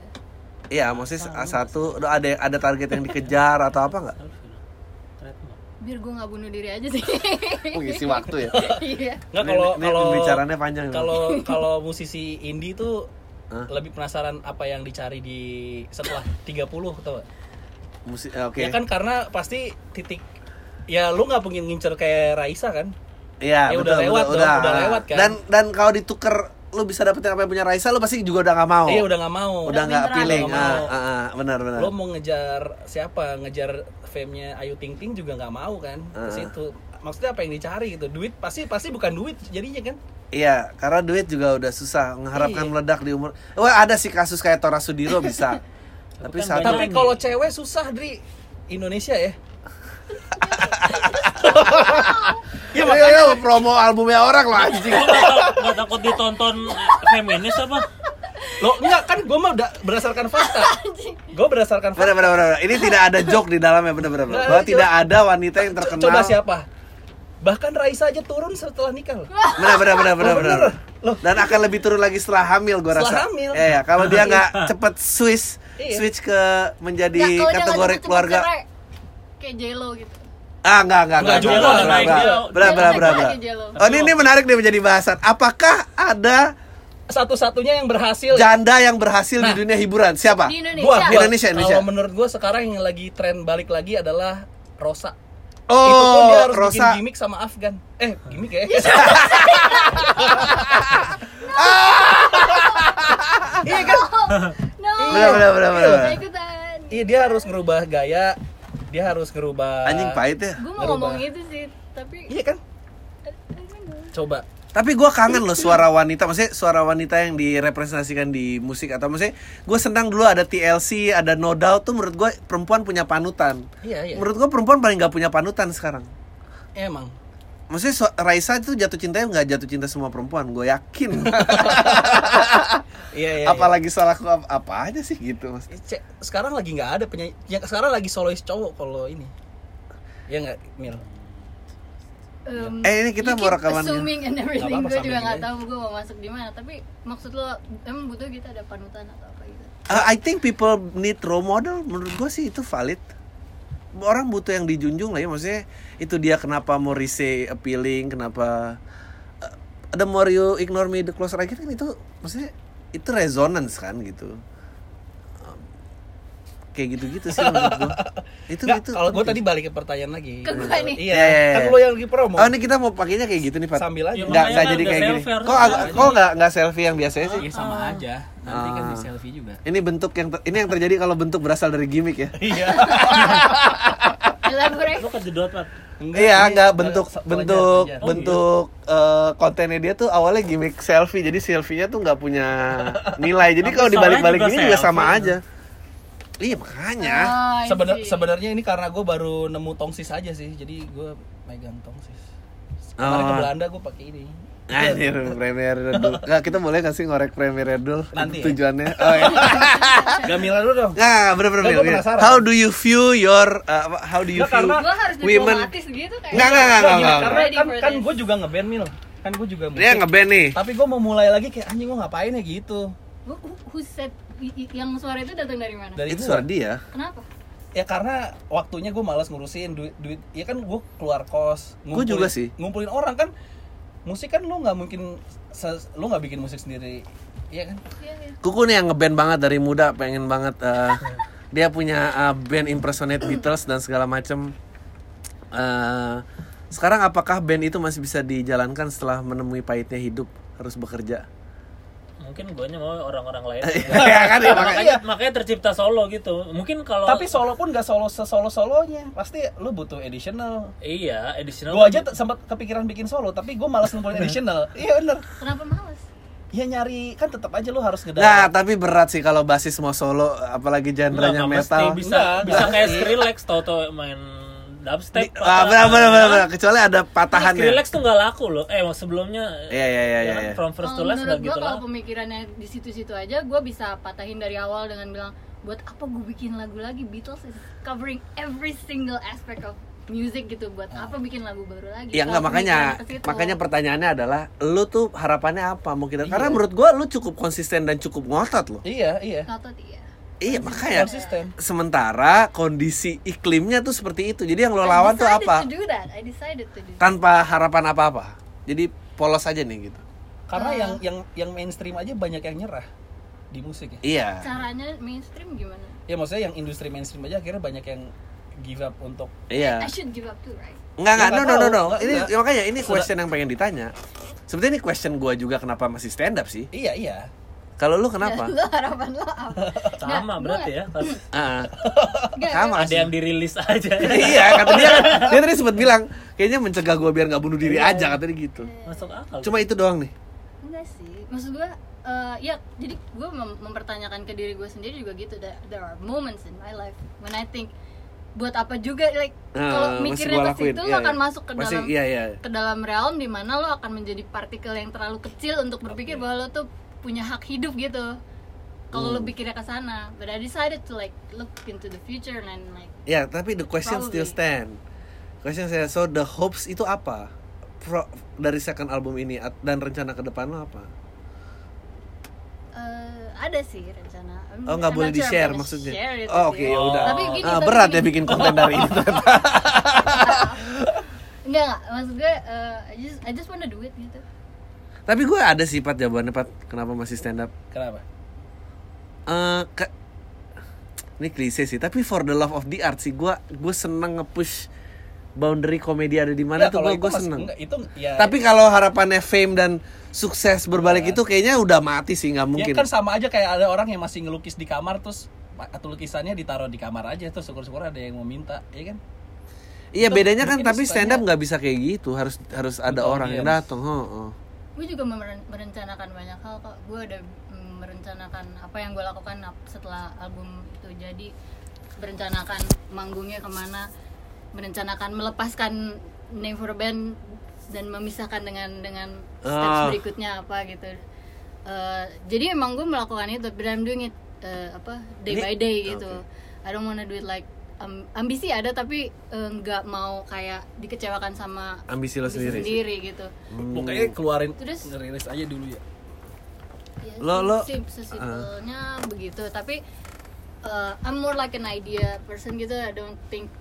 A: Iya, maksudnya sa- satu lo ada ada target yang dikejar atau apa nggak?
D: Trademark.
C: Biar gue nggak bunuh diri aja sih.
A: Mengisi waktu ya.
C: Iya.
B: Nggak
A: Ini-
B: kalau
A: ini
B: kalau
A: pembicaranya panjang nih.
B: Kalau kalau musisi indie tuh
A: Hah?
B: lebih penasaran apa yang dicari di setelah 30 atau
A: Musik eh, oke.
B: Ya kan karena pasti titik ya lu nggak pengen ngincer kayak Raisa kan?
A: Iya,
B: Ya
A: betul,
B: udah lewat
A: betul,
B: dong, udah lewat kan?
A: Dan dan kalau ditukar lo bisa dapetin apa yang punya Raisa lo pasti juga udah nggak mau.
B: Iya udah nggak mau.
A: Oh. udah nggak
C: beneran,
A: pilih.
B: nggak
A: Ah,
B: mau.
A: ah, ah, benar benar.
B: Lo mau ngejar siapa? Ngejar fame-nya Ayu Ting Ting juga nggak mau kan?
A: Ah.
B: Ke situ. Maksudnya apa yang dicari gitu? Duit pasti pasti bukan duit jadinya kan?
A: Iya, karena duit juga udah susah
B: Iya.
A: mengharapkan meledak di umur. Wah, ada sih kasus kayak Tora Sudiro bisa. Tapi
D: Bukan
A: satu
B: Tapi kalau cewek susah dari Indonesia ya.
A: Iya, makanya promo albumnya orang lah anjing.
D: Gak takut ditonton feminis apa?
B: Lo enggak kan gue mah udah berdasarkan fakta. Gue berdasarkan fakta.
A: Bener, bener, bener, bener. Ini tidak ada joke di dalamnya, bener, bener, bener.
B: Nggak ada
A: Bahwa
B: joke.
A: tidak ada wanita yang terkenal.
B: Nah, Coba siapa? Bahkan Raisa aja turun setelah nikah. loh.
A: Bener, bener, bener, bener,
B: Oh,
A: bener.
B: bener. Loh.
A: Dan akan lebih turun lagi setelah hamil, gue
B: Setelah
A: rasa.
B: hamil.
A: Iya, iya. kalau dia nggak cepet switch,
B: Iya.
A: switch ke menjadi
C: Nggak, kalau dia nggak
A: kategori
C: cepet-cepet
A: keluarga.
C: cerai, Kayak Jelo gitu.
A: Ah, enggak, enggak, enggak.
D: Enggak juga,
A: enggak,
D: enggak,
A: enggak,
C: Iya,
D: enggak.
A: Bener, bener, bener,
C: Jelek
A: bener.
C: aja lo.
A: Oh, ini, ini menarik nih menjadi bahasan. Apakah ada
B: Satu-satunya yang berhasil
A: janda yang berhasil
B: Nah.
A: di dunia hiburan siapa?
C: Di Indonesia.
B: gua,
A: Ah, Di
B: gua-
A: Indonesia, Indonesia.
B: Kalau menurut gue sekarang yang lagi tren balik lagi adalah Rosa.
A: Oh,
B: itu pun dia harus bikin
A: Rosa.
B: gimmick sama Afgan. Eh, gimmick ya? Iya kan?
C: No.
A: Iya, Bener, bener, bener, bener.
C: Saya ikutan.
B: Iya dia harus ngerubah gaya dia harus ngerubah
A: Anjing pahit ya.
C: Gue mau
B: Ngerubah.
C: ngomong itu sih, tapi
B: iya kan coba
A: Tapi gua kangen loh suara wanita, maksudnya suara wanita yang direpresentasikan di musik atau maksudnya gua senang dulu ada TLC, ada No Doubt tuh menurut gua perempuan punya panutan.
B: iya iya
A: Menurut gua perempuan paling gak punya panutan sekarang.
B: emang
A: Maksudnya so- Raisa itu jatuh cintanya nggak jatuh cinta semua perempuan, gue yakin.
B: iya iya, iya
A: Apalagi soal aku ap- apa aja sih gitu mas.
B: Cek, sekarang lagi nggak ada penyanyi ya, sekarang lagi solois cowok kalau ini ya nggak mil
C: em,
A: Eh, ini kita
C: you
A: mau
C: keep
A: rekamannya.
C: Assuming and everything,
B: apa-apa,
C: gue juga
B: samain
C: nggak
B: aja.
C: tahu gue mau masuk di mana. Tapi maksud lo, emang butuh kita ada panutan atau apa gitu?
A: Uh, I think people need role model. Menurut gue sih itu valid. Orang butuh yang dijunjung lah ya. Maksudnya itu dia kenapa Morrissey appealing, kenapa uh, the more you ignore me the closer I get kan itu maksudnya itu resonance kan gitu. Um, Kayak gitu-gitu sih menurut gue. Itu
B: Nggak,
A: itu.
B: kalau gue
A: penting.
B: tadi balik ke pertanyaan lagi
C: Ke gua nih.
B: iya
A: Ya, ya, ya.
B: kan lo yang lagi promo
A: Oh ini kita mau pakainya kayak gitu nih Pak.
B: sambil aja
D: Ya,
A: Nggak,
D: makanya
A: nggak
D: kan
A: jadi
D: nggak
A: kayak gini.
D: selfie, harus
A: Kok agak,
D: aja.
A: kok nggak nggak selfie yang biasanya sih?
B: Iya sama
C: Ah.
B: aja nanti
A: Ah.
B: kan di selfie juga
A: Ini bentuk yang ter- ini yang terjadi kalau bentuk berasal dari gimmick ya.
B: iya
C: Elaborate.
D: Lo kejedot Pat.
A: iya, nggak
B: ini pelajar-
A: bentuk
B: pelajar-
A: bentuk
B: pelajar.
A: bentuk
B: iya.
A: eh, kontennya dia tuh awalnya gimmick selfie. Jadi selfie-nya tuh nggak punya nilai. Jadi
D: Tapi
A: kalau dibalik-balik
D: soalnya
A: ini
D: juga
A: juga sama
D: selfie.
A: aja. Iya, makanya.
B: Ah.
C: Oh, I
B: Sebenar-
C: see.
B: sebenarnya ini karena gue baru nemu tongsis aja sih jadi gue megang tongsis kemarin ke
A: Oh.
B: Belanda gue pakai ini
A: Anjir, Premier Redul. Nggak, kita boleh nggak sih ngorek Premier Redul?
B: Nanti ya?
A: Tujuannya. Oh, iya.
B: gak Mila dulu dong
A: Nah, bener-bener.
B: Nggak, gua
A: bener-bener.
B: penasaran.
A: How do you view your uh, apa- how do you view
B: Nggak, karena-
C: Gue harus
A: women?
C: diplomatis gitu kayak.
A: Nggak, nggak, nggak,
B: Nggak,
A: nggak,
B: gini,
A: nggak.
B: karena
C: Ready
B: kan,
C: for
B: kan
C: this.
B: gue juga ngeband Mil kan gue juga
A: Dia
B: musik.
A: ngeband nih.
B: tapi gue mau mulai lagi kayak anjing gue ngapain ya gitu
C: Who, who- who said i- i- yang suara itu datang dari mana?
B: dari
A: Itu
B: gua.
A: suara dia.
C: Kenapa?
B: ya karena waktunya gue malas ngurusin duit duit ya kan gue keluar kos
A: Gua
B: ngumpulin-
A: juga sih.
B: ngumpulin orang kan musik kan lu nggak mungkin se- lu nggak bikin musik sendiri Iya kan
C: Iya, iya.
A: Kuku nih yang ngeband banget dari muda, pengen banget eh, dia punya eh, band impersonate Beatles dan segala macem. Eh, sekarang apakah band itu masih bisa dijalankan setelah menemui pahitnya hidup harus bekerja?
D: Mungkin gue mau orang-orang lain.
A: ya kan ya, makanya.
D: makanya makanya tercipta solo gitu. Mungkin kalau
B: iya, tapi solo pun nggak solo sesolo solonya pasti lu butuh additional
D: iya additional
B: gue aja t- sempat kepikiran bikin solo tapi gue malas ngumpulin additional iya bener
C: Kenapa malas?
B: ya nyari kan tetap aja lu harus
A: Nah,
B: ngedalam
A: tapi berat sih kalau basis mau solo apalagi
D: Enggak,
A: genrenya
D: enggak mesti
A: metal.
D: bisa
B: Enggak,
D: bisa
B: enggak
D: kayak
B: mesti.
D: Skrillex tau-tau main dubstep.
A: Ah, benar, benar, benar, benar. kecuali ada
D: Nah,
A: patahan ya.
D: Skrillex tuh nggak laku loh. Eh, sebelumnya
A: Iya, iya, iya,
D: ya
A: iya.
D: kan,
A: iya.
D: From first
C: Kalau
D: to last
C: menurut
D: nggak
C: gue
D: gitu
C: kalau
D: lah.
C: pemikirannya di situ-situ aja, gue bisa patahin dari awal dengan bilang buat apa gue bikin lagu lagi Beatles is covering every single aspect of music gitu buat
D: Ah.
C: apa bikin lagu baru lagi
A: Ya
D: Iya,
A: enggak
C: Kalau
A: makanya
C: pemikiran ke situ.
A: makanya pertanyaannya adalah lu tuh harapannya apa mau kita
D: Iya.
A: karena menurut gua lu cukup konsisten dan cukup ngotot loh.
B: iya iya
C: Ngotot, iya.
A: Iya makanya
B: Konsisten.
A: sementara kondisi iklimnya tuh seperti itu. Jadi yang lo lawan
C: I
A: tuh
C: decided
A: apa?
C: to do that. I decided to do
D: Kan-
C: that.
A: Tanpa harapan apa-apa. Jadi polos aja nih gitu.
B: karena yang yang yang mainstream aja banyak yang nyerah di musik ya
A: Iya.
C: Caranya mainstream gimana?
B: ya maksudnya yang industri mainstream aja akhirnya banyak yang give up untuk
A: Iya.
C: I should give up too, right?
A: Enggak enggak
B: Ya,
A: no no
B: nggak
A: no
B: tahu.
A: no.
B: Nggak,
A: Ini
B: nggak.
A: makanya ini question yang pengen ditanya. Sebetulnya ini question gua juga kenapa masih stand up sih?
B: iya iya
A: Kalau lu kenapa?
C: lo harapan lo apa?
D: Sama berarti ya. Kalau
A: Ah,
C: Nggak,
A: sama
D: Ada
A: sih.
D: yang dirilis aja.
A: iya kata dia kan dia tadi sempat bilang kayaknya mencegah gua biar nggak bunuh diri
C: Iya.
A: aja katanya gitu.
D: Masuk akal.
A: Cuma itu doang nih.
C: Enggak sih, maksud gue eh, ya jadi gue mem- mempertanyakan ke diri gue sendiri juga gitu. There, there are moments in my life when I think buat apa juga like
A: Ah,
C: kalau
A: masih
C: mikirnya
A: gua
C: ke situ
A: lakuin.
C: lo
A: Iya,
C: akan
A: iya.
C: masuk ke
A: Masih-
C: dalam
A: iya iya.
C: ke dalam realm di mana lo akan menjadi partikel yang terlalu kecil untuk berpikir bahwa lo tuh punya hak hidup gitu. Kalau
A: Hmm.
C: lo pikirnya ke sana, but I decided to like look into the future and then, like
A: Ya, tapi the question still
C: Probably.
A: stand. Question saya, so the hopes itu apa? Pro- dari second album ini at- dan rencana ke depan lo apa?
C: eh, ada sih rencana. I'm-
A: Oh nggak
C: I'm
A: boleh
C: not
A: di
C: sure I'm
A: share
C: gonna
A: maksudnya?
C: share it
A: Oh,
C: with
A: Oke
C: you.
A: ya udah.
C: Tapi gini,
A: Ah,
C: tapi
A: berat ya
C: gini.
A: bikin konten dari itu.
C: Enggak, enggak. maksud gue eh, I just I just wanna do it gitu.
A: tapi gue ada sih Pat jawabannya Pat kenapa masih stand up?
B: kenapa
A: Eh, ke- ini klise sih tapi for the love of the art sih gue gue seneng nge-push boundary komedi ada di mana
B: Nggak,
A: tuh
B: kalau
A: gue gue
B: itu mas-
A: seneng.
B: nggak, itu ya
A: Tapi kalau harapannya fame dan
B: Iya.
A: sukses berbalik itu kayaknya udah mati sih nggak
B: ya
A: mungkin.
B: kan sama aja kayak ada orang yang masih ngelukis di kamar terus atau lukisannya ditaruh di kamar aja terus syukur-syukur ada yang mau minta ya kan
A: Iya
B: Itu
A: bedanya kan
B: mungkin
A: tapi stand up
B: sukanya-
A: nggak bisa kayak gitu harus harus ada
B: Butuh
A: orang yang
B: audience.
A: datang. heeh.
C: gue juga memeren- merencanakan banyak hal kok gue ada mm, merencanakan apa yang gue lakukan ap- setelah album itu jadi merencanakan manggungnya kemana merencanakan melepaskan name for band dan memisahkan dengan dengan steps
A: Ah.
C: berikutnya apa gitu Eh, jadi emang gue melakukan itu but I'm doing it eh, apa
A: Ini-
C: day
A: Ah,
C: by day gitu I don't wanna do it like am- ambisi ada tapi eh, nggak mau kayak dikecewakan sama
A: Ambisi lo sendiri. Hmm.
C: gitu
B: pokoknya keluarin
C: Terus-
B: rilis aja dulu ya
C: Ya,
A: Lo- eh. lo-
C: sim- sesimpelnya begitu tapi uh, I'm more like an idea person gitu I don't think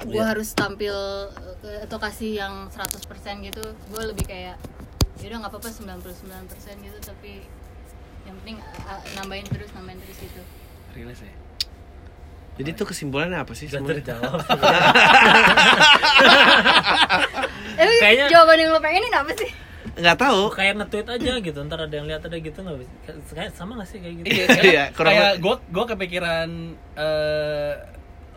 A: Iya.
C: gue harus tampil uh, ke- atau kasih yang 100% gitu gue lebih kayak yaudah nggak apa-apa 99% gitu tapi yang penting uh, uh, nambahin terus nambahin terus gitu
A: Rilis ya. Jadi itu kesimpulannya apa sih?
D: Gak
A: sebenarnya?
D: terjawab.
C: tapi
D: Kayaknya-
C: Eh, jawaban yang lo pengenin apa sih
A: Nggak tahu.
D: kayak nge-tweet aja gitu, ntar ada yang lihat ada gitu nggak bisa. Kayak sama nggak sih kayak gitu?
A: Iya, kurang
B: kayak gue gue kepikiran eh,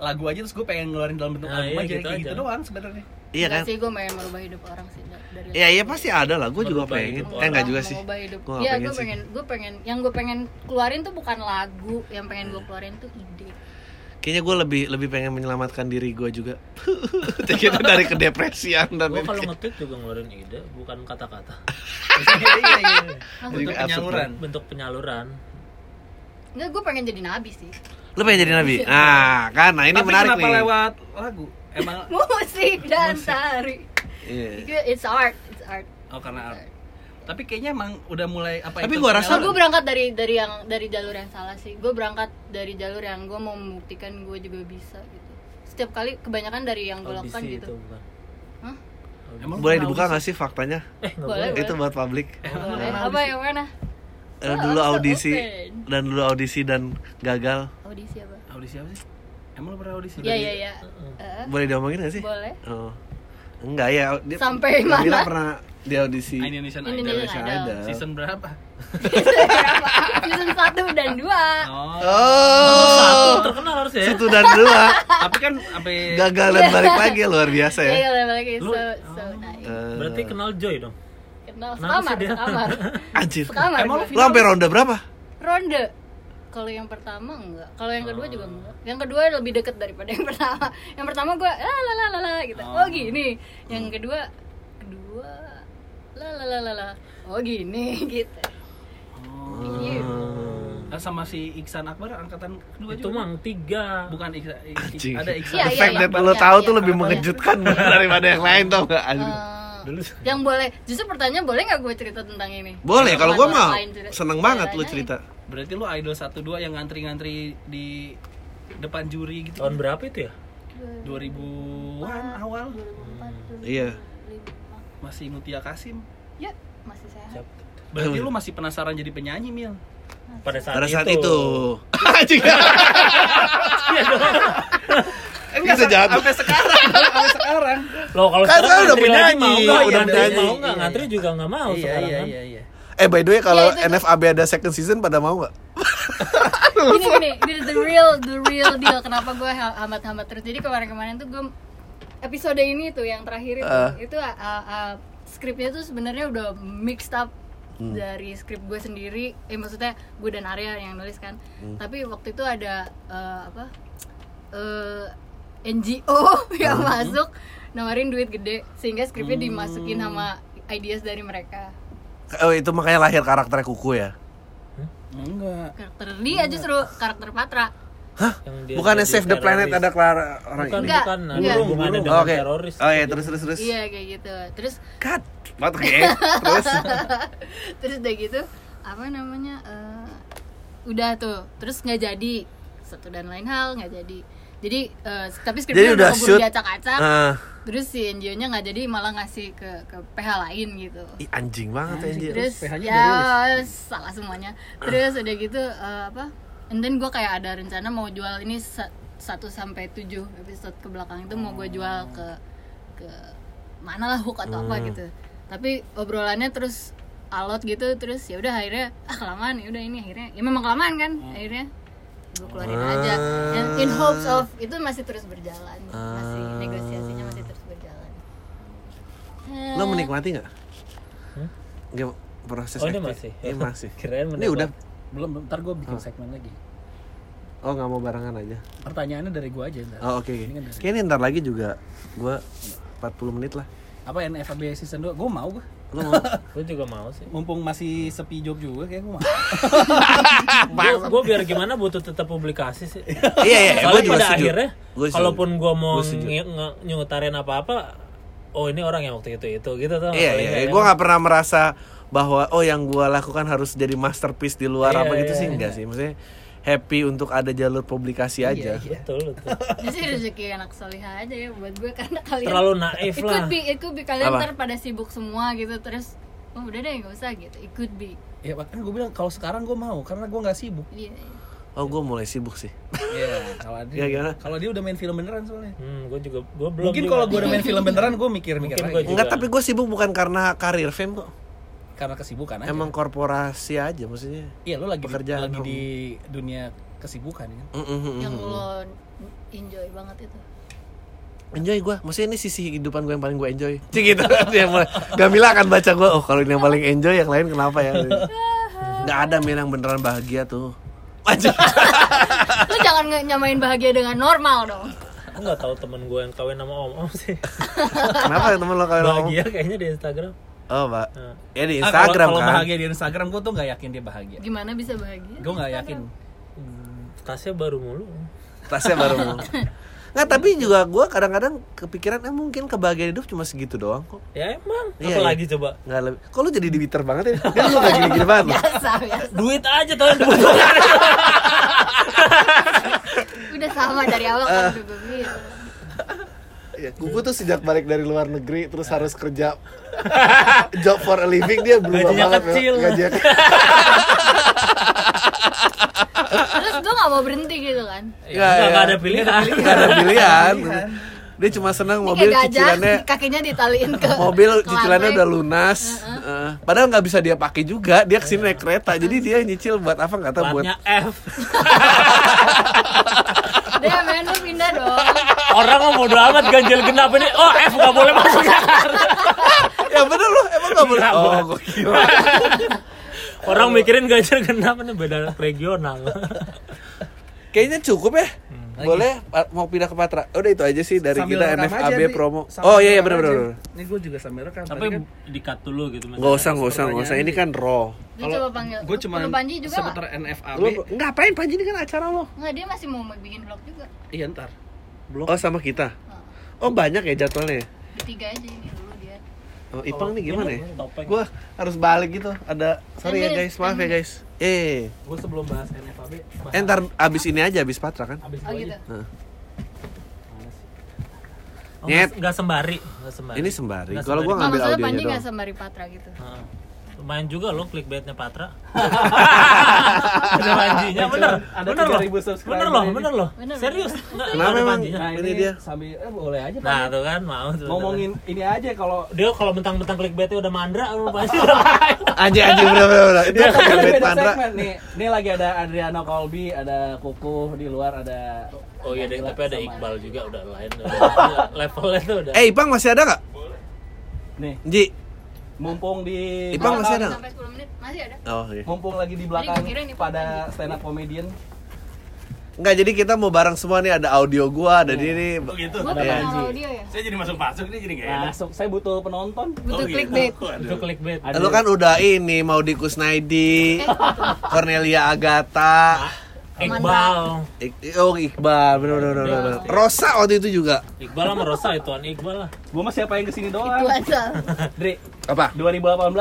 B: lagu aja terus gue pengen ngeluarin dalam bentuk
D: Nah,
B: album
D: iya,
B: aja
D: gitu
B: kayak
D: aja.
B: gitu doang sebenarnya
A: Iya
C: Nggak
A: kan?
C: sih gue main merubah hidup orang sih da- dari
A: Iya iya pasti ada lah. Gue juga
D: Merubah
A: pengen.
D: hidup
A: Kan nggak
C: Orang
A: juga sih.
C: mengubah hidup.
A: Gua nggak
C: Iya,
A: pengen
C: gue
A: sih.
C: pengen, gue pengen, yang gue pengen keluarin tuh bukan lagu, yang pengen gue keluarin tuh ide.
A: Kayaknya gue lebih lebih pengen menyelamatkan diri gue juga. Kita dari kedepresian dan
D: Gue kalau
A: ini.
D: nge-tweet juga ngeluarin ide, bukan kata-kata.
A: Jadi
B: Iya, bentuk
A: absurd
B: penyaluran
D: Bentuk penyaluran.
C: Enggak, gue pengen jadi nabi sih.
A: Lu pengen jadi nabi? Nah, kan nah ini
B: tapi
A: menarik
B: kenapa
A: nih.
B: lewat lagu emang
C: Musik dan tari.
A: Iya.
C: Itu- It's art, it's art.
B: oh karena art. tapi kayaknya emang udah mulai apa
A: Tapi
B: itu
A: gua rasa-
C: Kalau
B: penyaluran?
C: gue berangkat dari dari yang dari jalur yang salah sih. Gue berangkat dari jalur yang gue mau membuktikan gue juga bisa gitu. Setiap kali kebanyakan dari yang gue lakukan
D: Audisi itu
C: gitu.
D: bukan.
C: Hah?
B: Emang
A: Boleh
B: lu
A: dibuka
B: pernah
A: nggak sih faktanya?
D: Eh, nggak
C: Boleh.
D: boleh.
A: Itu buat publik.
C: Boleh. Apa yang mana?
A: Eh,
C: Oh,
A: dulu
C: langsung
A: audisi
C: open.
A: dan dulu audisi dan gagal
C: Audisi apa?
B: audisi? audisi apa sih emang lu pernah audisi
C: Iya, iya, iya. Eh,
A: boleh diomongin gak sih?
C: Boleh.
A: Oh. Enggak ya. Dia,
C: Sampai
A: dia
C: mana?
A: bilang pernah di audisi
B: Indonesian Idol
C: Indonesian
A: Indonesia
C: Idol.
A: Idol.
B: season berapa
C: Berapa? Season 1 dan 2.
B: oh
A: Oh,
D: Terkenal harus ya.
A: satu dan dua
B: tapi kan sampai
A: gagal dan balik lagi luar biasa ya.
C: Iya, balik lagi. So, so nice.
A: Eh,
D: Berarti kenal Joy dong.
C: Kenal
D: Oh. kenapa
C: sekamar,
D: sih dia?
C: sekamar.
A: Anjir.
C: Sekamar.
B: Emang lu
C: gua.
A: Lo sampai ronde berapa?
C: Ronde. Kalau yang pertama enggak, kalau yang kedua juga
D: Oh.
C: enggak. Yang kedua lebih deket daripada yang pertama. Yang pertama gue la la la la la gitu. Oh, gini. Yang
D: Hmm.
C: kedua kedua la la la la la. Oh gini gitu. Iya.
D: Oh.
B: Ah, sama si Iksan Akbar angkatan kedua
D: Itu
B: juga
D: mang tiga.
B: bukan Iksan Ik- Ik-
A: Anjing.
B: ada Iksan
A: The
C: Iya,
A: fact
C: iya,
A: that
C: iya.
A: lo
C: Iya,
A: tahu
C: iya.
A: tuh lebih
C: Iya.
A: mengejutkan daripada yang lain tau gak? Anjir.
C: Eh,
D: Dulu
C: yang boleh justru pertanyaan boleh nggak gue cerita tentang ini?
A: Boleh kalau gua
C: Orang
A: mau
C: lain cerita-
A: seneng banget lo
C: ceritanya
A: cerita.
B: berarti lu idol satu dua yang ngantri-ngantri di depan juri
C: Oh.
B: gitu
D: Tahun berapa itu ya?
B: 2000-an
C: Ah.
B: awal
A: Iya.
B: masih Mutia Kasim
C: Ya, masih sehat.
B: berarti lu masih penasaran jadi penyanyi Mil
D: Pada saat,
A: Pada saat
D: itu.
A: itu. Anjing. Enggak sejahat.
B: Iya sampai sekarang sampai sekarang
D: Loh kalau
A: Kan saya
D: sekarang
A: udah
D: ngantri lagi
A: penyanyi,
D: mau nggak?
A: udah
D: Iya, ngantri
A: penyanyi.
D: mau nggak? Ngantri juga nggak mau
B: iya
D: sekarang
B: iya
D: kan.
B: iya iya
A: Eh by the way kalau
C: Iya, itu tuh.
A: NFAB ada second season pada mau nggak?
C: gini gini this is the real the real deal kenapa gue amat amat terus jadi kemarin-kemarin tuh gue episode ini tuh yang terakhir itu itu uh, uh, skripnya tuh sebenarnya udah mixed up dari skrip gue sendiri eh maksudnya gue dan Arya yang nulis kan tapi waktu itu ada uh, apa eh, NGO yang masuk nawarin duit gede sehingga skripnya dimasukin sama ideas dari mereka
A: Oh itu makanya lahir karakter kuku ya.
B: enggak
C: karakter dia justru karakter Patra
D: Yang dia
A: Bukannya
D: jadi
A: save the planet
D: teroris.
A: ada Clara orang
D: Bukan,
A: ini.
C: Enggak,
D: bukan. Ada
C: enggak.
D: hubungannya
A: Oh,
D: dengan
A: Oke.
D: teroris.
A: Oh iya terus terus terus.
C: iya kayak gitu terus
A: Cut. What okay. terus.
C: terus udah gitu apa namanya eh, udah tuh terus nggak jadi satu dan lain hal nggak jadi jadi eh, tapi
A: Jadi
C: skripnya
A: udah
C: udah
A: shoot.
C: keburu diacak-acak
A: Ah,
C: terus si NGO nya nggak jadi malah ngasih ke ke PH lain gitu
A: ih, anjing banget anjing.
C: terus
B: PH -nya
C: ya salah semuanya terus udah gitu eh, apa and then gue kayak ada rencana mau jual ini sa- satu sampai tujuh episode ke belakang itu mau gue jual ke ke mana lah hook atau apa gitu tapi obrolannya terus alot gitu terus ya udah akhirnya ah kelamaan ya udah ini akhirnya ya memang kelamaan kan akhirnya gue keluarin aja and in hopes of itu masih terus berjalan masih negosiasinya masih terus berjalan Eh,
A: Lo menikmati nggak? Nggak proses
D: Oh, ini
A: aktif.
D: masih?
A: iya, Ini masih.
D: Kirain
A: ini
D: mendapat.
A: udah
B: belum belum. ntar gue bikin segmen lagi
A: Oh nggak mau barengan aja.
B: pertanyaannya dari gue aja ntar.
A: Oh oke.
B: Ini kan dari-
A: Kayaknya ntar lagi juga gua 40 menit lah.
B: apa NFAB season 2 gue mau gue
A: Lo mau?
D: Gue juga mau sih.
B: mumpung masih sepi job juga kayak gue mau
D: Gue biar gimana butuh tetap publikasi sih.
A: iya iya, gua
D: Soalnya
A: juga
D: pada
A: setuju.
D: akhirnya,
A: Gua setuju.
D: kalaupun gue mau
A: Gua setuju.
D: nge- nge- nyutarin apa-apa, oh ini orang yang waktu itu itu gitu tuh.
A: Iya iya, gue nggak pernah merasa bahwa oh yang gua lakukan harus jadi masterpiece di luar
D: Iya,
A: apa gitu
D: iya,
A: sih enggak sih. Maksudnya happy untuk ada jalur publikasi aja.
D: Betul, betul.
A: Iya.
C: ini sih rezeki anak solihah aja ya buat gue karena kalian
D: Terlalu naif
C: it
D: lah.
C: could be it could be kalian
A: Apa?
C: ntar pada sibuk semua gitu terus oh udah deh nggak usah gitu it could be
B: ya bahkan gue bilang kalau sekarang gue mau karena gue nggak sibuk
C: Iya, iya.
A: Oh gue mulai sibuk sih.
B: Iya, kalau
A: Ya, gimana?
B: dia kalau dia udah main film beneran soalnya
D: Hmm, gue juga, gue belum.
B: mungkin
D: juga.
B: kalau gue udah main film beneran gue mikir-mikir
D: Mungkin
B: lagi
D: gua-
A: Enggak
D: juga.
A: tapi gue sibuk bukan karena karir fame kok.
B: karena kesibukan aja
A: Emang korporasi aja maksudnya.
B: iya lo lagi di-
A: pekerjaan
B: lagi
A: dong.
B: di dunia kesibukan kan
A: Mm, mm, mm,
C: yang
A: mm.
C: lo enjoy banget itu
A: enjoy gue maksudnya ini sisi kehidupan gue yang paling gue enjoy Cik gitu dia mulai Gamila akan baca gue oh kalau ini yang paling enjoy yang lain kenapa ya nggak ada Mil yang beneran bahagia tuh Anjing.
C: lo jangan nge- nyamain bahagia dengan normal dong
D: Gue nggak tahu temen gue yang kawin sama om om sih.
A: kenapa temen lo kalau ngomong
D: Bahagia kayaknya di Instagram.
A: oh mbak
D: Nah.
A: ya di
B: Ah, kalau-
A: Instagram
B: kalau
A: kan
B: bahagia di Instagram gue tuh nggak yakin dia bahagia
C: gimana bisa bahagia
B: gue nggak yakin
D: Tasnya baru mulu.
A: tasnya baru mau nggak tapi juga gue kadang-kadang kepikiran eh mungkin kebahagiaan hidup cuma segitu doang kok
D: Ya emang,
A: Iya,
D: apa
A: iya.
D: lagi coba?
A: nggak lebih kok lo jadi Twitter banget ya kan lo nggak gini-gini banget lo
C: biasa biasa
D: Duit aja tuh yang dibutuhkan.
C: udah sama dari awal kan
A: Ah.
C: udah gue bilang
A: Ya, Kuku tuh sejak balik dari luar negeri terus harus kerja job for a living dia belum
D: Gajinya
A: banget,
D: kecil. Iya,
A: memang. Gajinya ke-
C: terus gue nggak mau berhenti gitu kan
A: Ya,
D: Nggak
A: ya.
D: nggak ada pilihan.
A: Gak ada pilihan. Dia cuma senang
C: ini
A: mobil
C: kayak gajah
A: cicilannya
C: kakinya ditaliin ke
A: mobil
C: ke
A: cicilannya
C: lantai.
A: udah lunas. Eh, padahal nggak bisa dia pakai juga. Dia kesini naik kereta. Jadi dia nyicil buat apa nggak tahu buat.
D: Platnya F.
C: deh Iya, men lu pindah dong
D: Orang mau bodo amat ganjil genap ini. Oh F nggak boleh masuk.
A: Ya bener loh, emang nggak boleh.
D: Gila,
A: Oh,
D: Bang.
A: gua kira.
D: Orang mikirin ganjil genap ini beda regional.
A: Kayaknya cukup ya. Boleh pa- mau pindah ke Patra. Udah itu aja sih dari
B: Hmm. Sambil
A: kita
B: rekam aja,
A: NFAB
B: Di.
A: promo.
B: Sambil
A: Oh iya iya
B: rekam
A: bener
B: aja.
A: bener. bener.
B: ini gue juga sambil rekam kan
D: Tapi dikat dulu gitu.
A: Nggak usah nggak usah nggak usah. Ini kan raw.
C: Lu coba panggil
B: gue cuma
C: Perlu Panji juga nggak?
B: seputar NFAB
A: Lu ngapain Panji ini kan acara lo?
C: nggak dia masih mau bikin vlog juga
B: iya ntar
A: Blok. Oh sama kita.
C: Nah,
A: Oh banyak ya jadwalnya. ya?
C: bertiga aja ini dulu dia
A: Oh, Ipang
B: iya,
A: nih gimana ya?
D: Topeng.
A: Gua harus balik gitu. Ada sorry ya
C: Ambil,
A: guys, maaf ya guys. Eh,
D: Gue sebelum bahas NFAB. bahas
A: eh, ntar abis ini aja abis Patra kan?
D: Abis
C: oh
D: gua
C: gitu
D: aja.
A: Nah.
D: Oh,
A: Nyet.
D: nggak- nggak sembari. Nggak sembari.
A: Ini sembari.
D: Nggak
A: Kalau gua
C: Nggak,
A: ngambil
C: maksudnya
A: audionya
C: Panji nggak
A: doang.
C: sembari patra gitu
D: Heeh. Lumayan juga lo clickbaitnya Patra. ada manjinya, bener,
B: Ada
D: bener loh,
B: 3.000 subscriber
D: bener loh,
B: ini.
D: bener loh,
C: Bener,
D: serius, Nggak-
A: Kenapa
D: nggak ada
A: emang?
D: manjinya.
A: Ini dia.
B: Nah, sambil eh, boleh aja Pak.
D: Nah tuh kan mau tuh.
B: ngomongin ini aja kalau
D: dia kalau mentang-mentang clickbaitnya udah mandra, lu pasti udah lain.
A: Anjing anjing bener bener. bener. Dia
B: Tapi
A: ngambil
B: beda
A: Pandra.
B: segmen nih. Ini lagi ada Adriano Colby, ada Kuku di luar ada
D: Oh iya deh, tapi ada Iqbal juga udah lain. udah. Levelnya tuh udah.
A: Eh Ipang masih ada nggak?
B: nih
A: Ji.
B: mumpung di
A: Ipang Oh, masih ada?
C: sampai 10 menit masih ada
A: Oh iya.
B: mumpung lagi di belakang
C: Tadi gua kira ini
B: pada stand up comedian
A: Nggak jadi kita mau bareng semua nih ada audio gua,
B: Iya.
A: ada dia nih.
E: gitu.
C: gue
A: Ada
C: pernah
A: Panji.
C: sama dia ya
E: Saya jadi masuk-masuk nih jadi nggak enak.
B: masuk Nah, saya butuh penonton
C: butuh
E: Oh, gitu.
C: clickbait
E: Waduh.
D: Itu clickbait.
B: Ada-
A: Lu kan udah ini mau di Kusnaidi, Cornelia Agatha,
D: Iqbal.
A: Ik- oh Iqbal, bener bener bener. bener. Rosa waktu itu juga.
D: Iqbal sama Rosa itu an Iqbal lah.
B: gue mah siapa yang kesini
C: itu
B: doang
C: aja
B: Dri
A: Apa?
B: 2018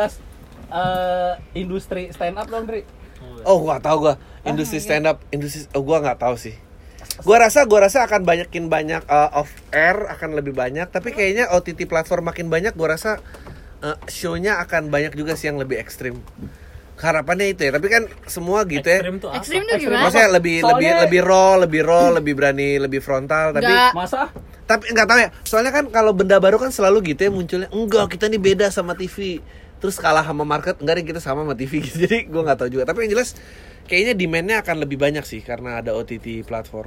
B: eh industri stand up dong Dri
A: Oh gua nggak tahu gua industri stand up industri oh gua nggak tahu sih. Gua rasa gua rasa akan banyakin banyak uh, off air akan lebih banyak tapi kayaknya OTT platform makin banyak gua rasa uh, show-nya akan banyak juga sih yang lebih ekstrim. Harapannya itu ya tapi kan semua gitu ya.
D: Ekstrim tuh ah. apa?
C: ekstrim tuh gimana
A: Maksudnya lebih
B: Soalnya-
A: lebih lebih raw, lebih raw, lebih berani, lebih frontal tapi
C: Nggak.
B: masa
A: tapi nggak tahu ya. Soalnya kan kalau benda baru kan selalu gitu ya munculnya enggak kita nih beda sama TV. Terus kalah sama market, enggak deh kita sama sama TV gitu. Jadi gua nggak tahu juga. Tapi yang jelas kayaknya demandnya akan lebih banyak sih karena ada OTT platform.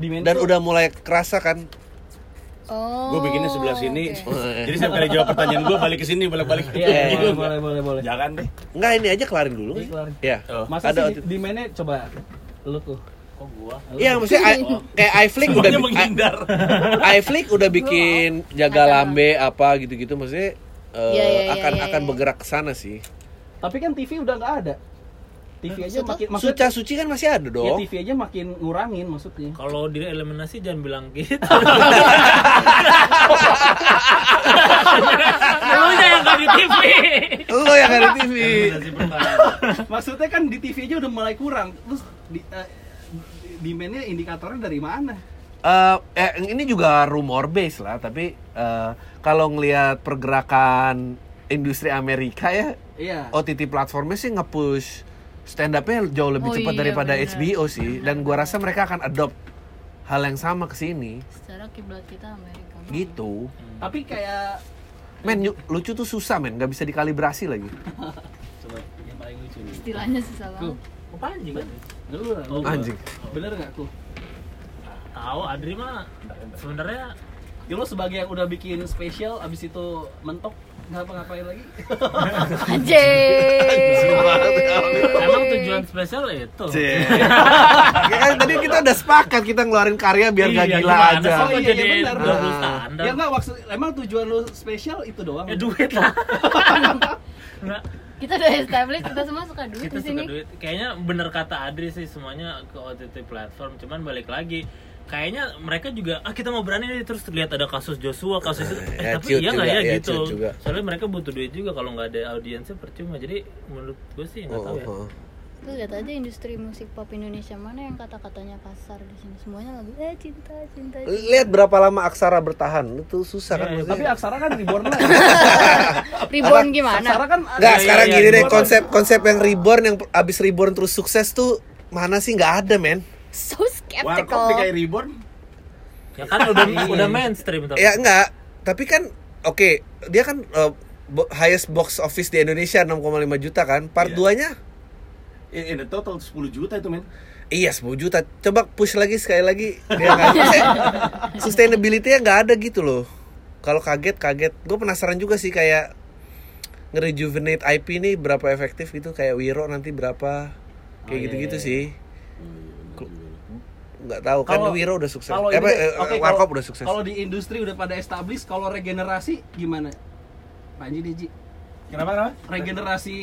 B: Demand
A: Dan
B: tuh-
A: udah mulai kerasa kan.
C: Oh.
E: Gue bikinnya sebelah sini.
C: oke.
E: Jadi setiap kali jawab pertanyaan gue balik ke sini, balik-balik.
B: Iya, iya, boleh, boleh, boleh, boleh.
C: Ya kan?
E: Jangan deh.
A: Enggak Eh, ini aja kelarin dulu.
B: Iya, kelarin.
A: Ya.
E: Oh.
B: Masa
A: Ada
B: sih di- demandnya coba lu tuh.
D: Kok gua?
A: Iya, maksudnya I-
B: Oh.
A: kayak iFlix udah
E: Semuanya
A: bi-
E: menghindar.
A: I- iFlix udah bikin jaga
C: Acara.
A: lambe apa gitu-gitu maksudnya eh,
C: Iya, iya, iya,
A: akan
C: iya,
A: akan
C: iya.
A: bergerak ke sana sih.
B: Tapi kan TV udah nggak ada. TV aja
C: Maksud
B: makin
A: Suca Suci kan masih ada
B: ya
A: dong.
B: TV aja makin ngurangin maksudnya.
D: Kalau di eliminasi jangan bilang gitu. Lu yang gak di TV.
A: Lo yang ada di TV.
B: maksudnya kan di TV aja udah mulai kurang. Terus di eh, demandnya indikatornya dari mana?
A: Eh, eh, ini juga rumor base lah, tapi eh, kalau ngelihat pergerakan industri Amerika ya,
B: Iya.
A: OTT platformnya sih nge-push stand up-nya jauh lebih
C: Oh
A: cepat
C: iya,
A: daripada
C: bener.
A: HBO sih dan gua rasa mereka akan adopt hal yang sama ke sini
C: Secara kiblat kita Amerika. banget.
A: gitu.
B: Tapi kayak
A: Men yu- lucu tuh susah men, nggak bisa dikalibrasi lagi.
B: coba yang paling lucu nih. Oh.
C: Istilahnya susah banget.
B: Tuh,
D: Anjing.
B: lu lah,
E: Oh,
B: lu.
A: Anjing.
B: Bener nggak aku?
D: Tahu Adri mah sebenarnya
B: Ya lu sebagai yang udah bikin spesial abis itu mentok ngapa-ngapain lagi?
C: Anjing.
D: emang tujuan spesial itu.
A: ya kan tadi kita udah sepakat kita ngeluarin karya biar nggak
D: Iya,
A: gila
D: gimana
A: aja.
D: sih? jadi
B: Oh, bener.
D: 20 standar.
B: Ya enggak maksud emang tujuan lu spesial itu doang.
D: Ya duit lah. Nggak,
C: Kita udah establish kita semua suka duit
D: kita
C: di
D: suka
C: sini.
D: duit. Kayaknya bener kata Adri sih semuanya ke OTT platform. Cuman balik lagi, kayaknya mereka juga ah kita mau berani nih terus lihat ada kasus Joshua kasus itu
A: ya,
D: eh, tapi
A: ciut
D: iya nggak
A: juga,
D: ya,
A: ya,
D: gitu
A: ciut juga.
D: soalnya mereka butuh duit juga kalau nggak ada audiensnya percuma jadi menurut gue sih nggak tahu ya
A: Oh, oh.
C: Tuh lihat aja industri musik pop Indonesia mana yang kata-katanya kasar di sini. Semuanya lagu eh cinta cinta. cinta.
A: Lihat berapa lama Aksara bertahan, itu susah kan
D: Iya,
A: maksudnya.
B: Tapi Aksara kan reborn lah.
C: Reborn gimana?
B: Aksara kan
A: Nggak,
D: Iya,
A: sekarang
D: iya,
A: gini deh
D: reborn.
A: konsep konsep yang reborn yang abis reborn terus sukses tuh mana sih nggak ada men?
C: So
E: Warkop
C: skeptical.
E: dikayak reborn.
D: ya kan udah udah mainstream tapi
A: Iya. Ya enggak, tapi kan oke dia kan eh, bo- highest box office di Indonesia 6,5 juta kan, part
E: Iya.
A: 2-nya
E: In, in the total 10 juta itu men.
A: Iya 10 juta. Coba push lagi sekali lagi. Dia nggak- Maksudnya, sustainability-nya nggak ada gitu loh. Kalau kaget kaget. Gue penasaran juga sih kayak ngerejuvenate IP nih berapa efektif gitu kayak Wiro nanti berapa kayak
B: Oh, iya,
A: gitu-gitu sih. Nggak tahu kan
B: Kalau-
A: Wiro udah sukses.
B: Kalau
A: Eh,
B: ini
A: apa,
B: deh,
A: eh,
B: oke,
A: Warkop
B: kalau-
A: udah sukses.
B: Kalau di industri udah pada established, kalau regenerasi gimana? Panji Deji,
E: Kenapa kenapa?
B: regenerasi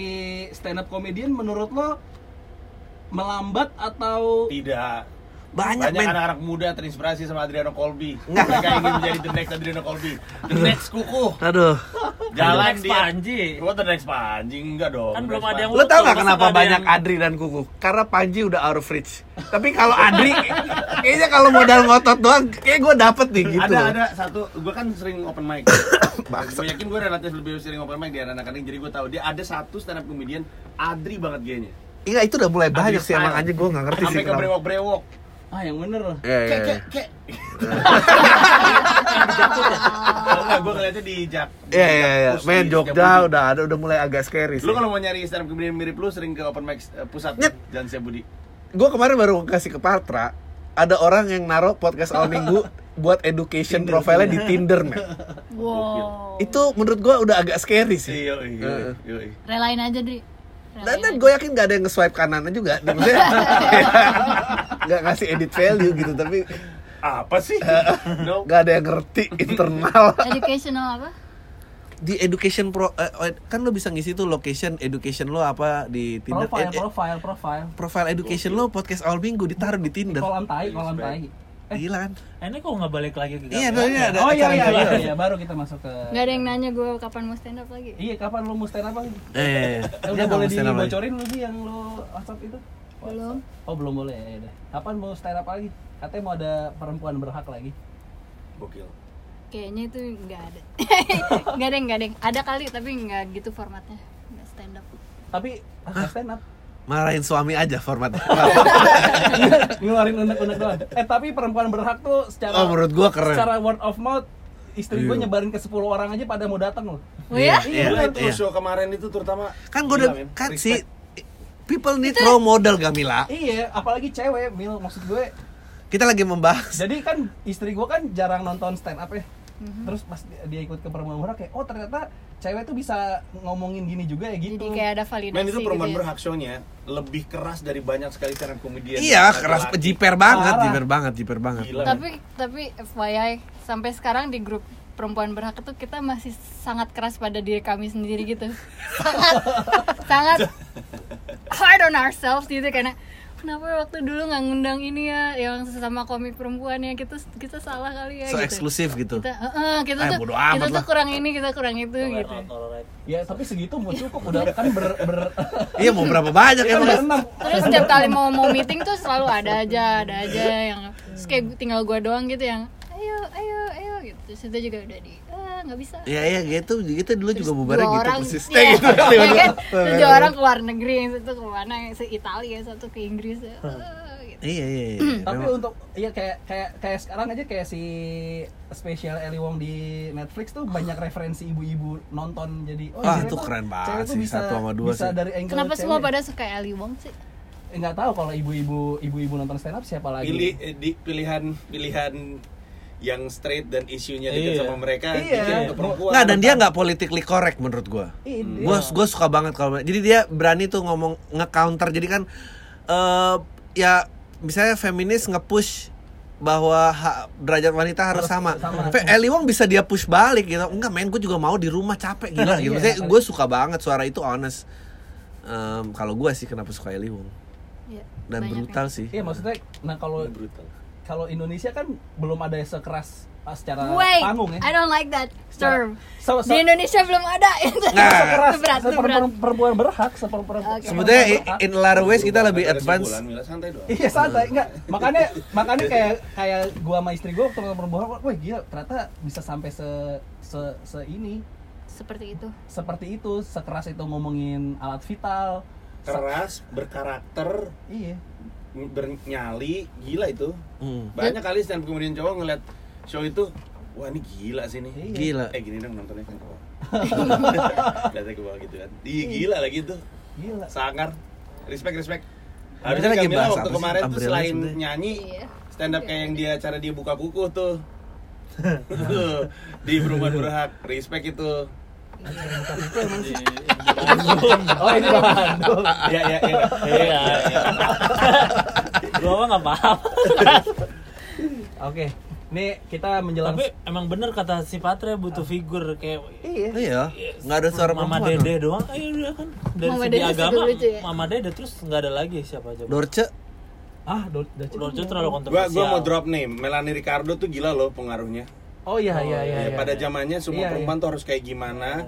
B: stand up comedian menurut lo melambat atau
E: Tidak.
A: Banyak,
E: Banyak
A: men.
E: anak-anak muda terinspirasi sama Adriano Colby.
A: Nggak.
E: Mereka ingin menjadi the next Adriano Colby. The next kukuh.
A: Aduh.
E: Jalan
D: Alex
E: dia.
D: Panji
E: Gua the next anjing enggak dong.
D: Kan
E: The
D: belum
E: next
D: ada yang-
A: Lo tau
D: Betul,
A: gak
D: pasti
A: kenapa
D: ada
A: banyak
D: yang-
A: Adri dan Kuku? Karena Panji udah out of reach. Tapi kalau Adri, kayaknya kalau modal ngotot doang, kayak gue dapet nih gitu.
E: Ada
A: loh.
E: ada satu, gue kan sering open mic. gue yakin gue relatif lebih sering open mic di anak-anak jadi gue tahu dia ada satu stand up comedian Adri banget gayanya.
A: Iya itu udah mulai banyak sih
E: style.
A: emang aja gue nggak ngerti sih
E: Sampai ke
A: kenapa.
E: brewok-brewok.
B: ah yang bener loh.
A: Iya, iya, iya.
E: Kek kek kek. gue ngeliatnya di Jak. di
A: Iya iya iya.
E: Jakpus,
A: Main
E: di
A: Jogja
E: Setiabudi.
A: udah ada udah mulai agak scary sih.
E: Lu kalau mau nyari stand up comedian mirip lu sering ke open mic eh, pusat
A: Nyet.
E: Jalan Budi.
A: Gue kemarin baru kasih ke Partra, ada orang yang naruh podcast all minggu buat education profile-nya
E: iya.
A: di Tinder, man.
C: Wow.
A: Itu menurut gue udah agak scary sih.
E: Iya iya iya.
C: Relain aja, Dri.
A: Dan,
C: Relain
A: dan
C: aja.
A: gue yakin gak ada yang nge-swipe kanan juga Maksudnya Gak ngasih edit value gitu Tapi
E: Apa sih? No.
A: gak ada yang ngerti internal
C: Educational apa?
A: Di education pro eh, Kan lo bisa ngisi tuh location education lo apa di Tinder
B: Profile,
A: Eh, eh,
B: profile, profile.
A: profile education lo podcast all minggu ditaruh di Tinder
F: Oh.
B: Kolam tai, kolam tai.
A: gila kan
D: eh, ini kok nggak balik lagi ke
A: iya
D: gambar?
A: ini ada
B: Oh iya
A: acara
B: iya
A: juga.
B: iya, iya, baru kita masuk ke
C: Gak ada yang nanya gue kapan mau stand up lagi.
B: Iya, kapan lu mau stand up lagi?
A: Eh, iya, iya.
B: Eh,
A: Dia
B: udah
A: nggak mau
B: boleh
A: stand up lagi.
B: dibocorin lu sih yang lu WhatsApp itu?
C: Belum.
B: Oh, belum boleh. Ya, udah. Kapan mau stand up lagi? Katanya mau ada perempuan berhak lagi.
E: Gokil.
C: Kayaknya itu nggak ada. Gak ada yang gak ada. yang. Ada kali tapi nggak gitu formatnya. Nggak stand up.
B: Tapi ah, nggak stand up.
A: marahin suami aja formatnya
B: Iya, ngeluarin unek-unek doang. Eh tapi perempuan berhak tuh secara
A: Oh, menurut gua keren.
B: Secara word of mouth istri gua
A: Iya.
B: nyebarin ke 10 orang aja pada mau datang loh.
C: Oh ya?
A: Iya,
E: Iya,
A: iya.
E: itu show kemarin itu terutama
B: Iya,
A: kan gue udah
E: Gila, men.
A: kan
E: Respect.
A: si People need role model Gamila.
F: Iya, apalagi cewek, Mil. Maksud gue,
A: Kita lagi membahas.
F: jadi kan istri gue kan jarang nonton stand up ya.
C: Mm-hmm.
F: Terus pas dia- dia ikut ke perempuan murah kayak, oh ternyata cewek tuh bisa ngomongin gini juga ya gitu.
C: Jadi kayak ada validasi
B: Men itu
C: gitu
B: perumahan
C: ya.
B: berhak show-nya lebih keras dari banyak sekali stand up komedian.
A: Iya,
B: Laki-laki.
A: keras jiper banget,
F: Parah.
A: jiper banget, jiper banget.
B: Gila.
C: Tapi tapi FYI sampai sekarang di grup perempuan berhak itu kita masih sangat keras pada diri kami sendiri gitu. Sangat sangat hard on ourselves gitu karena kenapa waktu dulu nggak ngundang ini ya yang sesama komik perempuan ya kita kita salah kali ya
A: So
C: gitu.
A: eksklusif gitu.
C: Kita eh, kita
A: Ah,
C: tuh
A: bodo
C: kita
A: amat
C: tuh
A: lah.
C: kurang ini kita kurang itu gitu.
F: Ya tapi segitu mau cukup udah kan ber, ber
A: Iya, mau berapa banyak
F: kan
A: emang?
F: berenam.
C: Terus setiap kali mau mau meeting tuh selalu ada aja, ada aja yang terus kayak tinggal gua doang gitu yang ayo ayo ayo gitu. Terus itu juga udah di ah nggak bisa.
A: Iya, iya gitu. Kita dulu juga
C: Dua
A: bubarnya gitu
C: orang,
A: persis.
C: iya,
A: Kayak gitu kali
C: iya
A: ya.
C: kan? Terus dua orang keluar negeri, yang satu ke mana, yang se Italia, satu ke Inggris. eh, gitu.
A: Iya, iya, iya.
F: Tapi
A: Memang.
F: untuk iya kayak kayak kayak sekarang aja kayak si spesial Ellie Wong di Netflix tuh banyak referensi ibu-ibu nonton jadi oh
A: Ah,
F: cewek
A: itu
F: tuh-
A: keren banget
F: cewek tuh
A: sih, satu sama dua
F: bisa
A: sih.
F: dari angle
C: Kenapa
F: cewek.
C: semua pada suka Ellie Wong sih?
F: Eh, nggak tahu kalau ibu-ibu ibu-ibu nonton stand up siapa lagi
B: Pilih eh, di pilihan pilihan yang straight dan isunya dekat
D: Iya.
B: sama mereka
F: Iya.
B: bikin untuk perempuan.
A: Nggak, dan dia nggak politically correct menurut gua.
F: Ih, Iya, dia-
A: Gua gua suka banget kalau jadi dia berani tuh ngomong nge-counter. Jadi kan eh ya misalnya feminis nge-push bahwa hak derajat wanita harus,
F: Harus
A: sama.
F: sama.
A: Fe- Eli Wong bisa dia push balik gitu. Enggak, men, gua juga mau di rumah capek gila gitu.
F: Iya,
A: Maksudnya
F: makanya.
A: gua suka banget suara itu honest. Em, kalau gua sih kenapa suka Eli Wong
C: Ya,
A: dan
C: banyak
A: brutal
C: yang-
A: sih.
F: Iya maksudnya nah kalau
B: brutal.
F: kalau Indonesia kan belum ada yang sekeras ah, secara
C: Wait,
F: panggung ya.
C: I don't like that term.
F: Secara- So- so-
C: Di Indonesia belum ada. Itu
A: Nah.
C: berat, itu berat.
F: seperempuan- perempuan berhak, seperempuan
C: Oke.
A: Sebetulnya i- in a lot of ways kita lebih
B: Ada
A: advance.
B: sebulan, Mila, santai doang.
F: Iya santai, enggak. Makanya makanya kayak kayak gua sama istri gua waktu nonton perempuan, wah gila ternyata bisa sampai se se, se ini
C: Seperti itu.
F: seperti itu, sekeras itu ngomongin alat vital. se-
B: Keras, berkarakter,
F: iya.
B: bernyali, gila itu.
A: Hmm.
B: Banyak kali stand up comedian cowok ngeliat show itu, wah ini gila sih nih.
F: Iya.
A: Gila.
B: Eh gini dong nontonnya kan ke bawah. Lihatnya ke bawah gitu kan. Iya gila lagi tuh.
F: Gila.
B: Sangar. Respect respect.
A: Nah,
B: Harusnya
A: kita lagi
B: Kamila
A: bahas
B: waktu
A: apa sih?
B: kemarin tuh
A: Umbrella
B: selain
A: sebenarnya.
B: nyanyi
C: Iya.
B: stand up kayak yang dia cara dia buka buku tuh. Tuh, di perumahan berhak respect itu
F: Oh, ini bahan.
B: ya ya ya
D: Iya. Gua mah nggak paham.
F: Oke. Ini kita menjelang
D: Tapi emang bener kata si Patre butuh figur kayak
F: Iya.
A: Iya, nggak ada suara
D: Mama
A: perempuan,
D: Dede doang. Ayo udah kan dari
C: Mama
D: segi
C: Dede sudah
D: agama
C: lucu ya?
D: Mama Dede terus nggak ada lagi siapa aja.
A: Dorce
F: Ah, do, do,
D: Dorce terlalu
B: gua
D: kontroversial.
B: gua mau drop name Melanie Ricardo tuh gila loh pengaruhnya
F: Oh iya iya iya.
B: ya,
F: iya,
B: pada
F: iya.
B: zamannya semua
F: Iya,
B: perempuan tuh harus kayak gimana.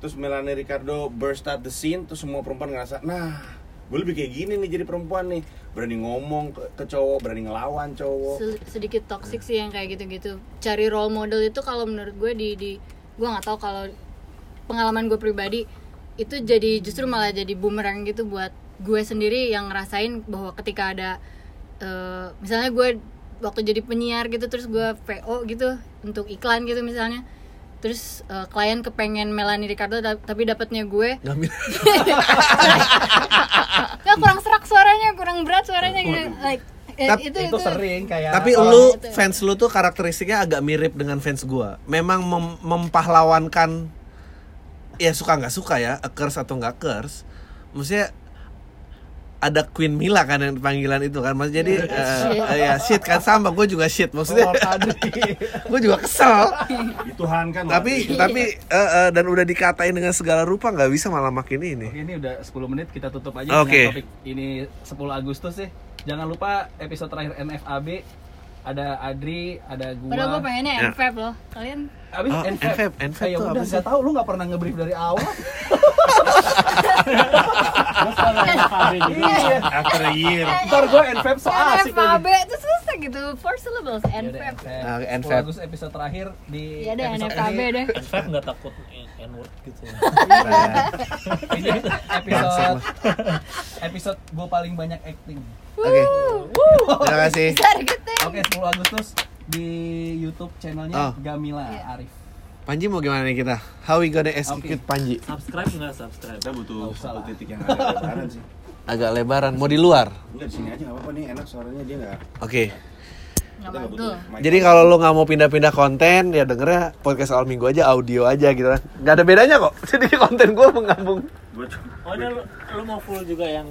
B: Terus Melanie Ricardo burst out the scene, terus semua perempuan ngerasa, nah, gue lebih kayak gini nih jadi perempuan nih, berani ngomong ke, ke cowok, berani ngelawan cowok.
C: Se- sedikit toxic sih yang kayak gitu-gitu cari role model itu kalau menurut gue di di gue nggak tahu kalau pengalaman gue pribadi itu jadi justru malah jadi bumerang gitu buat gue sendiri yang ngerasain bahwa ketika ada eh, misalnya gue waktu jadi penyiar gitu terus gue PO gitu untuk iklan gitu misalnya terus eh, klien kepengen Melanie Ricardo da- tapi dapatnya gue
A: ngambil
C: "Nah, kurang serak suaranya kurang berat suaranya gitu like eh,
A: Tapi
C: itu,
F: Itu sering kayak
A: Tapi
F: orang-
A: lu
C: itu.
A: fans lu tuh karakteristiknya agak mirip dengan fans gua. Memang mem- mempahlawankan ya suka nggak suka ya, a curse atau nggak curse. Maksudnya ada Queen Mila kan yang panggilan itu kan mas jadi eh, eh, ya shit kan sama gue juga shit maksudnya
F: Oh, tadi.
A: gue juga kesel
F: kan,
B: Dituhankan. lah.
A: tapi tapi eh, eh, dan udah dikatain dengan segala rupa nggak bisa malah makin ini
F: Oke, ini udah 10 menit kita tutup aja
A: Oke.
F: dengan topik ini 10 Agustus sih. Jangan lupa episode terakhir NFAB ada Adri, ada gua.
C: padahal
A: Ya.
C: gue pengennya NFAB loh kalian
F: Abis
A: Oh, NFAB, NFAB
F: Kayak
A: tuh
F: Eh, ya udah
A: apa
F: nggak tahu lu nggak pernah ngebrief dari awal. Iya, iya.
B: After a year.
F: Ntar gua NFAB so asik
C: NFAB
F: lagi. Ya
C: itu susah gitu four syllables
F: Yaudah,
C: NFAB
A: Nah,
F: NFAB. 10
A: NFAB.
F: Agustus episode terakhir di
C: ya deh
F: episode
C: NFAB
F: ini.
C: deh
D: Feb nggak takut N word gitu.
F: Ini episode episode gua paling banyak acting.
A: oke terima kasih
C: bisa deketin
F: Oke, 10 Agustus di YouTube channelnya
A: Oh.
F: Gamila Arif.
A: Panji mau gimana nih kita how we gonna execute Panji
D: subscribe nggak subscribe?
B: Kita butuh
F: Nggak usah
B: satu
F: lah.
B: titik yang ada di kanan sih.
A: agak lebaran mau di luar
B: Enggak di sini aja nggak apa-apa nih enak suaranya dia nggak.
A: oke
C: nggak
B: kita nggak
C: mantul
B: butuh mic.
A: jadi kalau lo nggak mau pindah-pindah konten ya dengernya podcast awal minggu aja audio aja gitu kan nggak ada bedanya kok jadi konten gue menggabung
B: Gua cuma-
D: Oh, ini lu, lu mau full juga yang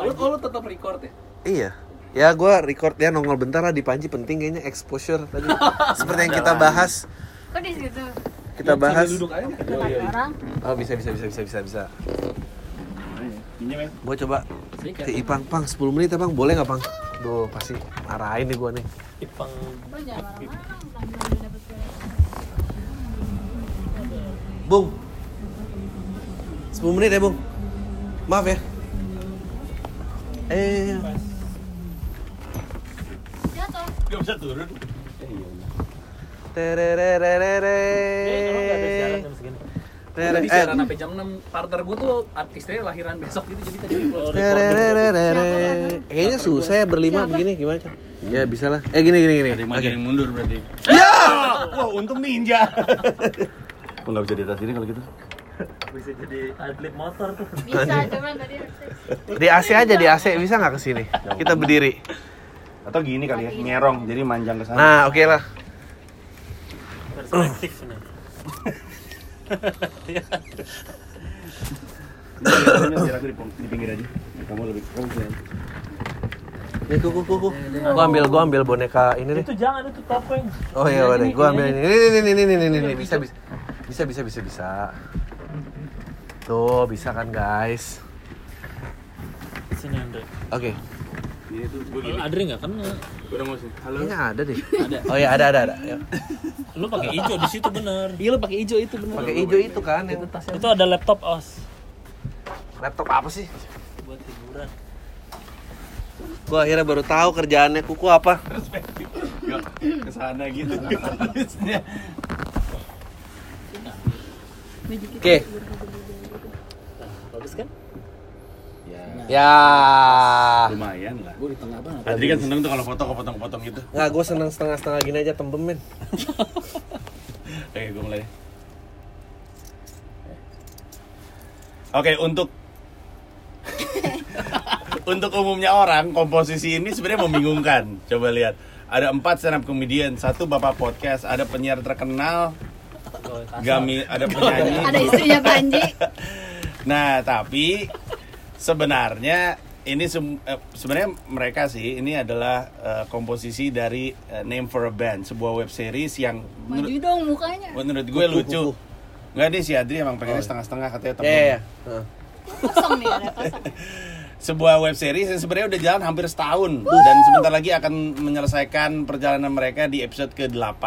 F: Oh, Lu kalau tetap record ya?
A: iya ya gue record ya nongol bentar lah di panci penting kayaknya exposure tadi seperti yang kita bahas
C: kok di situ
A: kita
B: Iya,
A: bahas
F: Duduk aja.
C: orang
A: oh bisa bisa bisa bisa bisa bisa
B: Pinjam ya.
A: gue coba ke Ipang Pang 10 menit ya Pang boleh nggak Pang Duh pasti marahin nih gue nih
D: Ipang
C: Lo jangan marah-marah Tanggal udah dapet beres.
A: Bung 10 menit ya Bung Maaf ya Eh
C: jatuh
D: Gak bisa turun.
A: tererererere.
D: Eh, kalau nggak ada siaran jam segini.
A: Tere-
F: Jadi
A: eh,
F: siaran sampai jam 6 partner gue tuh artisnya lahiran besok gitu jadi tadi record.
A: tererererere. Kayaknya susah ya berlima begini gimana Chan? Ya bisa lah Eh gini gini gini
B: Maju
A: Oke.
B: yang mundur berarti. Ya! Wah, untung ninja. Kok nggak bisa di atas ini kalau gitu?
D: Bisa jadi atlet motor tuh.
C: bisa cuman tadi harusnya-
A: Di AC aja di AC bisa nggak kesini? Kita berdiri
B: Atau gini kali ya, nyerong jadi manjang ke sana.
A: Nah oke lah
D: Perspektif nih.
B: Ini biar aku di, di pinggir aja. Kamu lebih kamu bisa.
A: Nih kuku kuku Gue ambil gua ambil boneka ini deh
D: Itu jangan itu topeng.
A: Oh iya, udah, gue ambil ini. Ini, ini, ini, ini, ini, ini, bisa, bisa, bisa, bisa, bisa, bisa. Tuh, bisa kan guys?
D: Sini Andre.
A: Oke,
B: Ini tuh gue
D: Lu Andre nggak kena.
B: Gue udah mau sih. Halo.
A: kayaknya ada deh. Oh iya, ada, ada, ada. Ayo.
D: Lu pakai hijau di situ bener.
F: Iya lu pakai hijau itu bener.
A: Pakai hijau itu kan, yang
D: Itu ada laptop os
A: laptop apa sih?
D: buat hiburan.
A: Gue akhirnya baru tahu kerjaannya kuku apa.
B: Yuk, ke sana gitu.
A: Oke,
D: Bagus kan?
B: ya,
A: ya.
B: lumayan lah.
F: Gue di tengah banget.
B: Adri kan seneng tuh kalau foto kok potong-potong gitu.
A: Nggak, gue seneng setengah-setengah gini aja tembem, men.
B: Oke, gue mulai. Oke, untuk untuk umumnya orang komposisi ini sebenarnya membingungkan. Coba lihat, ada empat stand up comedian, satu bapak podcast, ada penyiar terkenal, Gami, ada
C: ada
B: penyanyi.
C: istrinya Panji
B: Nah, tapi sebenarnya ini sem- eh, sebenarnya mereka sih ini adalah eh, komposisi dari eh, Name for a Band, sebuah web series yang
C: maju dong mukanya
B: Menurut gue lucu. Enggak deh si Adri emang pengennya setengah-setengah
A: Ya,
B: katanya temen.
A: ya, ya. Heeh.
C: kosong nih ada kosong
B: Sebuah web series yang sebenarnya udah jalan hampir setahun dan sebentar lagi akan menyelesaikan perjalanan mereka di episode ke-8.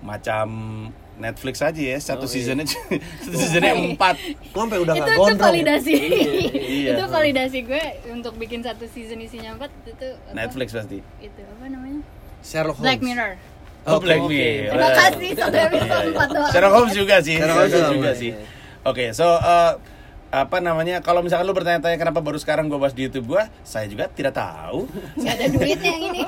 B: Macam Netflix aja ya, satu seasonnya satu seasonnya empat.
A: Gue sampai udah
C: itu
A: nggak
C: itu
A: gondrong.
C: validasi
B: Iya.
C: itu validasi gue untuk bikin satu season isinya empat itu apa?
B: Netflix pasti.
C: itu apa namanya
A: Sherlock Holmes.
C: Black Mirror
B: Oh,
A: Oke,
B: Black
A: oke.
B: Mirror.
C: terima kasih sudah
B: Iya,
C: episode
B: iya.
C: empat doang
B: Sherlock Holmes juga sih.
A: Sherlock
B: Sherlock
A: Holmes
B: Holmes
A: juga,
B: juga
A: iya,
B: sih.
A: iya.
B: Oke, so eh, apa namanya? Kalau misalkan lu bertanya-tanya kenapa baru sekarang gue bahas di YouTube gue, saya juga tidak tahu.
C: nggak ada duitnya yang ini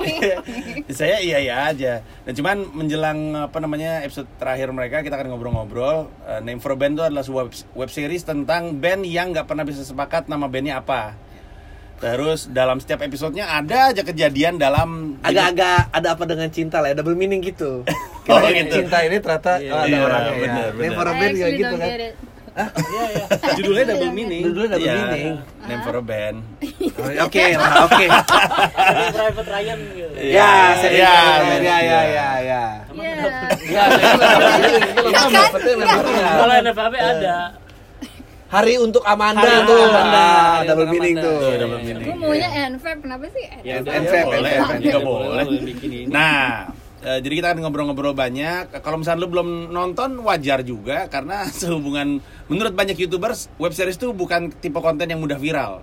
B: saya iya iya aja. Nah cuman menjelang apa namanya episode terakhir mereka kita akan ngobrol-ngobrol. Eh, Name for a Band itu adalah sebuah web, web series tentang band yang nggak pernah bisa sepakat nama bandnya apa. Terus dalam setiap episodenya ada aja kejadian dalam
A: agak-agak ada apa dengan cinta lah ya, double meaning gitu kita
B: Oh,
A: ingin
B: gitu.
A: cinta ini ternyata oh, ada
B: Iya,
A: orangnya ya
B: benar, benar.
A: Never a
C: I
A: band juga
C: actually
A: gitu
C: don't
A: kan
C: get it.
D: Iya,
F: Judulnya double meaning.
A: dulu double
B: Iya,
A: meaning
B: Name for a Band.
A: Oh, oke lah oke
D: Private Ryan gitu.
A: ya saya
B: ya,
A: ya ya ya ya ya
C: Iya.
A: Ya, saya juga double meaning. Itu lama
C: Iya kan?
A: dapetnya memang.
F: iya.
D: Kalau NFAB ada.
A: hari untuk Amanda
F: Hari
A: tuh
F: untuk Amanda.
A: Ah,
F: Hari
A: double
F: untuk
A: meaning
F: Amanda. Iya,
A: tuh
B: Tuh, double meaning.
C: gue maunya Enverb kenapa sih E
F: Ya,
A: N-
F: udah,
A: N-
F: ya,
A: N-
B: boleh,
A: N-
B: N- E
A: N-
B: juga
A: N-
B: boleh.
F: bikin ini.
B: Nah, eh, jadi kita akan ngobrol-ngobrol banyak. Eh, Kalau misalnya lu belum nonton wajar juga karena sehubungan menurut banyak YouTubers, web series itu bukan tipe konten yang mudah viral.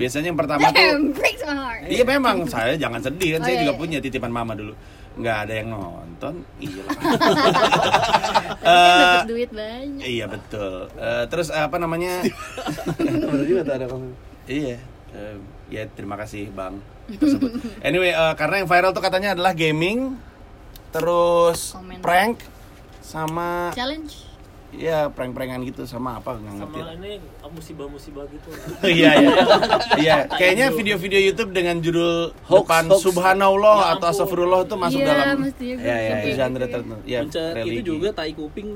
B: Biasanya yang pertama tuh
C: damn breaks my heart
B: Iya memang saya jangan sedih kan
C: Oh,
B: saya
C: iya,
B: juga
C: iya.
B: punya titipan mama dulu. Nggak ada yang nonton. Iya. Eh,
C: Tapi kan dapet duit banyak
B: iya betul. Eh, terus apa namanya?
A: Bener juga tuh ada komen.
B: iya. Eh, ya terima kasih Bang tersebut. Anyway, eh, karena yang viral tuh katanya adalah gaming, terus
C: Komen.
B: prank sama
C: challenge
B: ya prank-prankan gitu sama apa nggak ngerti
D: sama ini ah, musibah-musibah gitu
B: iya iya iya kayaknya video-video YouTube dengan judul depan
G: Ya
B: subhanallah
G: ampun.
B: atau astagfirullah itu masuk
C: Iya,
B: dalam
C: mestinya gue
B: ya ya
C: gitu.
B: genre tertentu
A: Iya,
B: ya
F: Mencet
B: religi.
F: itu juga tai kuping.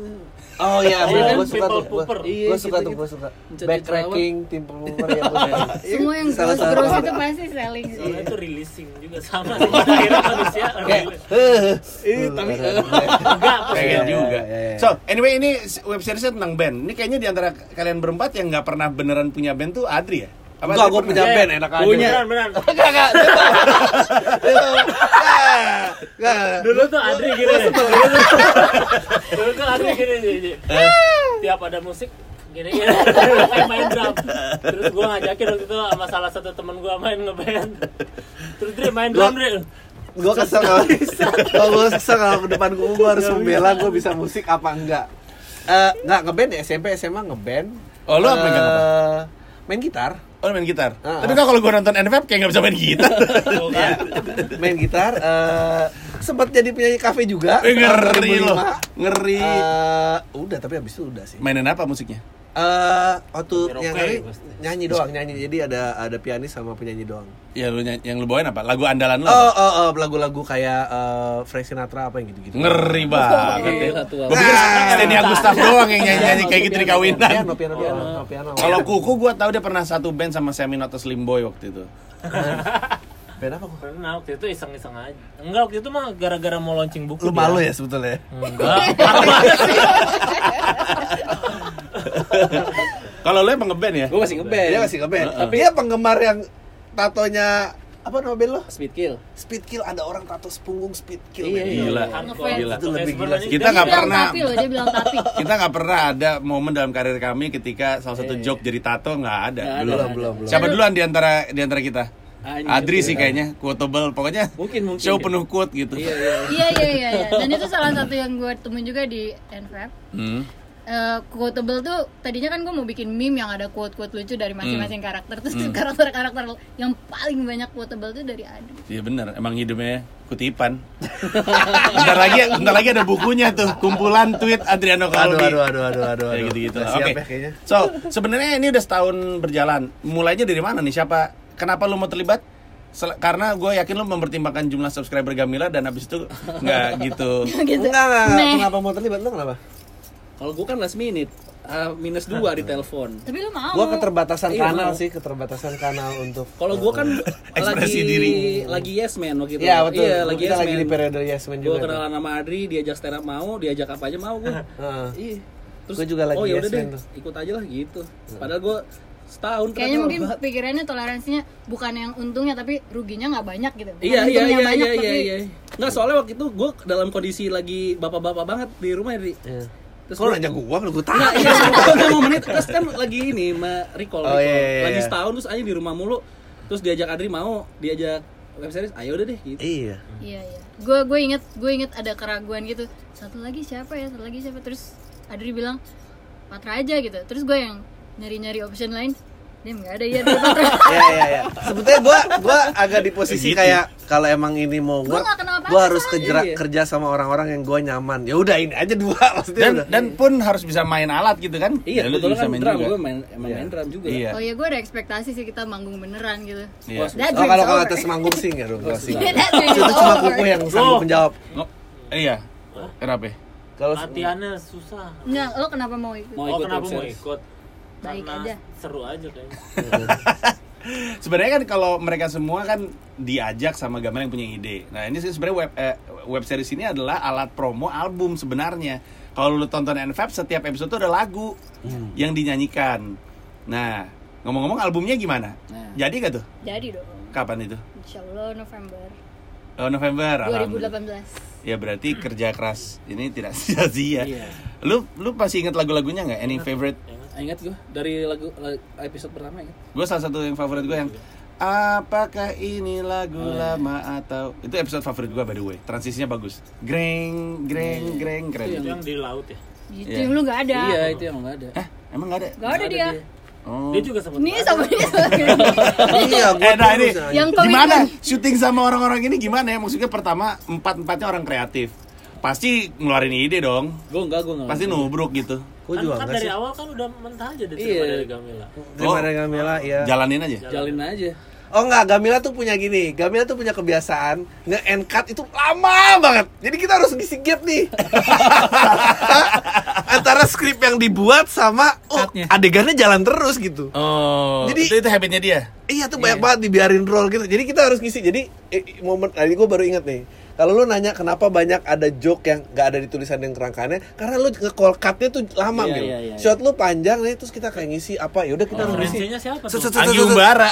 A: Oh iya,
D: Iya kan,
A: gue suka
D: people
A: tuh. Gue
D: pooper.
F: Iya,
A: suka
F: gitu,
A: tuh, gue
F: gitu.
A: suka.
F: Mencet-mencet
A: Backtracking, tim pooper ya gua suka.
C: Semua yang
A: Salah satu.
C: gross-gross itu pasti selling sih.
B: Iya.
D: soalnya itu releasing juga sama sih pada akhirnya manusia
A: Kayak, "Heh."
F: Eh, tapi
D: enggak apa sih
B: Pengen
A: Iya,
B: juga.
A: iya, iya.
B: So, anyway ini web seriesnya tentang band. Ini kayaknya di antara kalian berempat yang nggak pernah beneran punya band tuh Adri ya?
A: Enggak,
B: Adri
A: gue punya
B: pernah?
A: band, Iya, enak aja.
F: Punya.
D: Iya. beneran beneran
A: Enggak, enggak. dia tahu. Dia tahu. Ah, enggak, enggak.
D: dulu tuh Adri gini deh. dulu tuh Adri gini gini, gini. tiap ada musik gini gini kayak main drum terus gue ngajakin waktu itu sama salah satu temen gue main ngeband terus Dri main drum Dri
A: Gue kesel kalau kalau gue kesel kalau ke depan gue gue harus membela gue bisa musik apa enggak. Eh, enggak ngeband ya SMP SMA ngeband.
B: Oh, lu apa, enggak apa?
A: Eh, Main gitar,
B: Oh, lu main gitar.
A: Ah,
B: Tapi
A: ah.
B: kan kalau gue nonton NFF kayak nggak bisa main gitar.
D: Tuh
A: Iya.
D: kan
A: main gitar. eh, sempat jadi penyanyi kafe juga.
B: Eh, Ngeri
A: tahun
B: loh,
A: 2005.
B: ngeri.
A: Eh, udah tapi habis itu udah sih.
B: Mainan apa musiknya?
A: Eh, waktu
D: Karaoke
A: yang kali
D: pasti.
A: nyanyi doang, nyanyi. Jadi ada ada pianis sama penyanyi doang.
B: Ya lu ny- yang lu bawain apa? Lagu andalan lu?
A: Oh,
B: apa?
A: oh, oh, lagu-lagu kayak eh, Frank Sinatra apa yang gitu-gitu.
B: Ngeri banget.
A: iya,
B: ya.
F: Gila, tua.
B: Gua pikir Steny Agustaf doang yang nyanyi-nyanyi kayak gitu di kawinan.
A: Nah.
B: Oh.
A: Piano, piano, piano, piano.
B: Kalau Kuku gua tahu dia pernah satu band sama Seminata Slim Boy waktu itu.
A: piano apa? gua?
D: pernah waktu itu iseng-iseng aja enggak waktu itu mah gara-gara mau launching buku
B: Lu
D: dia.
B: malu ya sebetulnya.
D: enggak
B: Kalau lu emang ngeband ya?
F: Gue masih ngeband.
A: Dia masih ngeband. Tapi dia penggemar yang tatonya apa nama band lo?
F: Speed kill.
A: Speed Kill ada orang tato sepunggung Speed Kill.
F: Iya,
A: men.
F: iya.
B: Gila.
D: Hardcore.
A: Gila. Itu lebih
D: Kayak
A: gila
D: sebenarnya
A: sih.
B: Kita
D: dia-
B: nggak
C: Dia bilang
B: pernah-
C: tapi loh, dia bilang tapi.
B: kita nggak pernah ada momen dalam karir kami ketika salah satu joke jadi tato nggak ada
F: Iya. Nggak ada,
B: belum
F: nggak ada.
A: Belum, belum.
B: siapa duluan di antara di antara kita
F: Anjir. iya.
B: Adri sih kayaknya quotable pokoknya
F: Mungkin, mungkin.
B: show penuh quote gitu
F: Iya, iya.
C: Iya iya iya. iya. Dan itu salah satu yang gue temuin juga di E NFF.
B: Hmm.
C: Eh, quotable tuh tadinya kan gue mau bikin meme yang ada quote-quote lucu dari masing-masing karakter terus karakter-karakter yang paling banyak quotable tuh dari Adi
B: Iya benar, emang hidupnya kutipan. bentar lagi, bentar lagi ada bukunya tuh, kumpulan tweet Adriano Kalbi.
A: Aduh, aduh, aduh, aduh, aduh,
B: Ya
A: aduh.
B: gitu-gitu.
A: Udah
B: lah.
A: siap
B: Oke.
A: ya kayaknya.
B: So, sebenarnya ini udah setahun berjalan. Mulainya dari mana nih? Siapa? Kenapa lu mau terlibat? Sel- karena gue yakin lu mempertimbangkan jumlah subscriber Gamila dan abis itu nggak gitu.
A: Enggak,
C: gitu.
A: enggak, enggak.
C: Meh.
A: Kenapa mau terlibat lo kenapa?
F: Kalau gue kan last minute. Ah, minus dua di telepon.
C: Tapi lu mau.
A: Gua keterbatasan
F: Iya,
A: kanal
F: mau.
A: sih, keterbatasan kanal untuk
F: Kalau gue kan
B: Ekspresi
F: lagi
B: diri.
F: lagi yes man waktu itu.
A: Iya, betul.
F: Iya, lagi
A: Kita
F: yes
A: lagi
F: man.
A: di periode yes man
F: Gue
A: juga. tuh.
F: kenalan sama Adri, diajak stand up mau, diajak apa aja mau gue.
A: Heeh.
F: Iya.
A: Gua juga lagi
F: oh, yaudah
A: yes man
F: deh,
A: tuh. Iya.
F: ikut aja lah gitu. Padahal gue setahun
C: Kayaknya
F: ternyata
C: mungkin
F: lebat.
C: pikirannya toleransinya bukan yang untungnya tapi ruginya nggak banyak gitu. Bukan
F: Iya iya
C: untungnya
F: iya
C: banyak,
F: iya iya
C: tapi
F: iya. Nggak soalnya waktu itu gue dalam kondisi lagi bapak-bapak banget di rumah Adri.
A: Iya.
F: Terus
A: Kalau
F: gua-
A: nanya gua, kalau gua
F: Nggak,
B: Ah.
A: tanya.
F: iya, sebentar, nggak mau menit. Terus kan lagi ini, ma recall,
B: Oh,
F: recall.
B: iya, iya,
F: lagi
B: iya.
F: setahun terus aja di rumah mulu. Terus diajak Adri mau, diajak web series, ayo udah deh gitu.
A: Iya.
C: Iya iya. Gue gue inget gue inget ada keraguan gitu. Satu lagi siapa ya? Satu lagi siapa? Terus Adri bilang Patra aja gitu. Terus gue yang nyari nyari option lain. Dia nggak ada ya dari Patra.
A: Iya, iya, iya. Sebetulnya gua gua agak di posisi
B: Gitu.
A: kayak Ya, kalau emang ini mau
C: Gua
A: gua
C: nggak kenal apa-apa
A: gua harus
C: soalnya.
A: kerja
F: Iya.
A: kerja sama orang-orang yang gua nyaman. Ya udah ini aja dua maksudnya
B: Dan Oh.
A: udah.
B: dan pun harus bisa main alat gitu kan?
F: Iya,
B: Ya, lu
F: kebetulan
B: bisa
F: kan
B: main
F: drum,
B: juga.
F: gue main, emang main drum juga.
B: Iya.
C: Oh ya gue ada ekspektasi sih kita manggung beneran gitu.
B: Iya.
C: That
A: Oh,
C: dream's
A: kalau kalau
C: over.
A: atas manggung sih enggak dong. gua sih.
C: Yeah, that dream's
A: Itu cuma ya?
C: over.
A: kuku yang sanggup menjawab.
B: Ngo- Iya. Kenapa? ya?
A: Kalau
D: latihannya susah
C: Nggak, lo kenapa mau ikut?
F: Mau
D: oh
F: ikut
D: kenapa
F: web
D: mau
F: series.
D: ikut
C: Baik
D: Karena
C: aja.
D: seru aja kayaknya
B: Sebenarnya kan kalau mereka semua kan diajak sama gambar yang punya ide. Nah ini sih sebenarnya web eh, web series ini adalah alat promo album sebenarnya. Kalau lu tonton NFAB setiap episode tuh ada lagu
F: Hmm.
B: yang dinyanyikan. Nah ngomong-ngomong albumnya gimana?
F: Nah.
B: Jadi gak tuh?
C: Jadi dong.
B: Kapan itu?
C: Insya Allah November
B: Oh, November. alhamdulillah.
C: 2018.
B: Ya berarti kerja keras ini tidak sia-sia.
F: Iya. Nah.
B: Lu lu pasti inget lagu-lagunya nggak? Any favorite?
F: Ah, Ingat gue dari lagu la- episode pertama ya.
B: Gue salah satu yang favorit gue yang Apakah ini lagu lama atau itu episode favorit gue by the way transisinya bagus greng greng greng keren
D: itu yang di laut ya
C: Gitu
B: Iya.
C: yang lu nggak ada.
F: Iya, itu yang nggak ada.
B: Hah, Eh, emang gak ada
C: Gak ada dia.
B: oh.
D: dia juga sempat
C: Ini sama ini sama
A: iya, gua
B: eh nah ini
A: terus aja.
C: Yang
B: gimana
C: komitmen.
B: syuting sama orang-orang ini gimana ya maksudnya pertama empat empatnya orang kreatif pasti ngeluarin ide dong
F: Gue enggak, gue enggak.
B: pasti nubruk gitu
A: Gue juga
D: kan
A: enggak
D: dari
A: sih.
D: awal kan udah mentah aja diterima
F: Iya.
D: dari Gamila.
A: Terima
B: Oh.
A: kasih Gamila, iya.
B: Jalanin aja.
F: Jalin aja.
A: Oh enggak, Gamila tuh punya gini. Gamila tuh punya kebiasaan nge-end cut itu lama banget. Jadi kita harus ngisi gap nih. Antara skrip yang dibuat sama oh,
H: Cutnya.
A: adegannya jalan terus gitu.
B: Oh,
A: Jadi-
B: itu, itu habitnya dia.
A: Iya tuh banyak banget dibiarin roll gitu. Jadi kita harus ngisi. Jadi eh, momen tadi gue baru ingat nih. Kalau lu nanya kenapa banyak ada joke yang gak ada di tulisan dan kerangkanya, karena lu nge-call cut-nya tuh lama
F: Iya,
A: gitu.
F: iya, iya,
A: Shot lu panjang nih terus kita kayak ngisi apa? Ya udah kita
D: Oh,
A: harus ngisi.
D: Referensinya siapa
A: Set,
D: tuh?
A: set, set,
B: Anggi
A: set, set.
B: Umbara.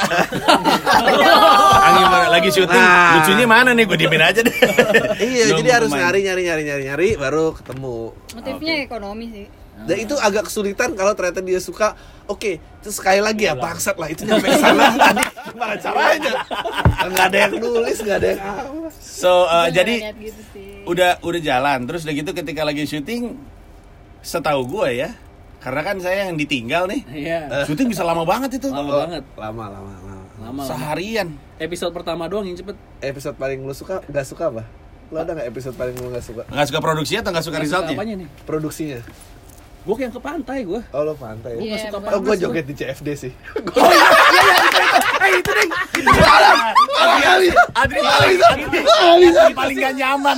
B: Anggi Umbara lagi syuting.
A: Nah.
B: Lucunya mana nih? Gue diemin aja deh.
A: Iya,
B: Belum
A: jadi harus
B: main.
A: nyari nyari nyari nyari nyari baru ketemu.
C: Motifnya ekonomi sih.
A: Dan itu agak kesulitan kalau ternyata dia suka. Oke, terus sekali lagi ya bangsat lah itu nyampe ke sana tadi gimana caranya? Enggak ada yang nulis, enggak ada yang apa.
B: So,
C: Gua
A: Ah,
B: eh,
C: nggak
B: jadi
C: lihat gitu sih.
B: udah udah jalan terus udah gitu ketika lagi syuting setahu gue ya karena kan saya yang ditinggal nih Eh,
F: Iya.
B: syuting bisa lama banget itu
F: Lama banget.
A: Lama lama lama.
F: Lama. lama.
B: seharian
F: Episode pertama doang yang cepet.
A: Episode paling lu suka enggak suka apa? Lu ada enggak episode paling lu enggak suka?
B: nggak suka produksinya atau nggak suka resultnya
F: Apanya nih?
A: Produksinya.
F: Gue yang ke pantai gue.
A: Oh, lu pantai.
F: Gue
A: ya?
F: nggak
C: Iya,
F: suka
C: bener.
F: panas.
A: Oh, gua
F: gua.
A: joget di CFD sih.
B: Adri paling paling paling gak nyaman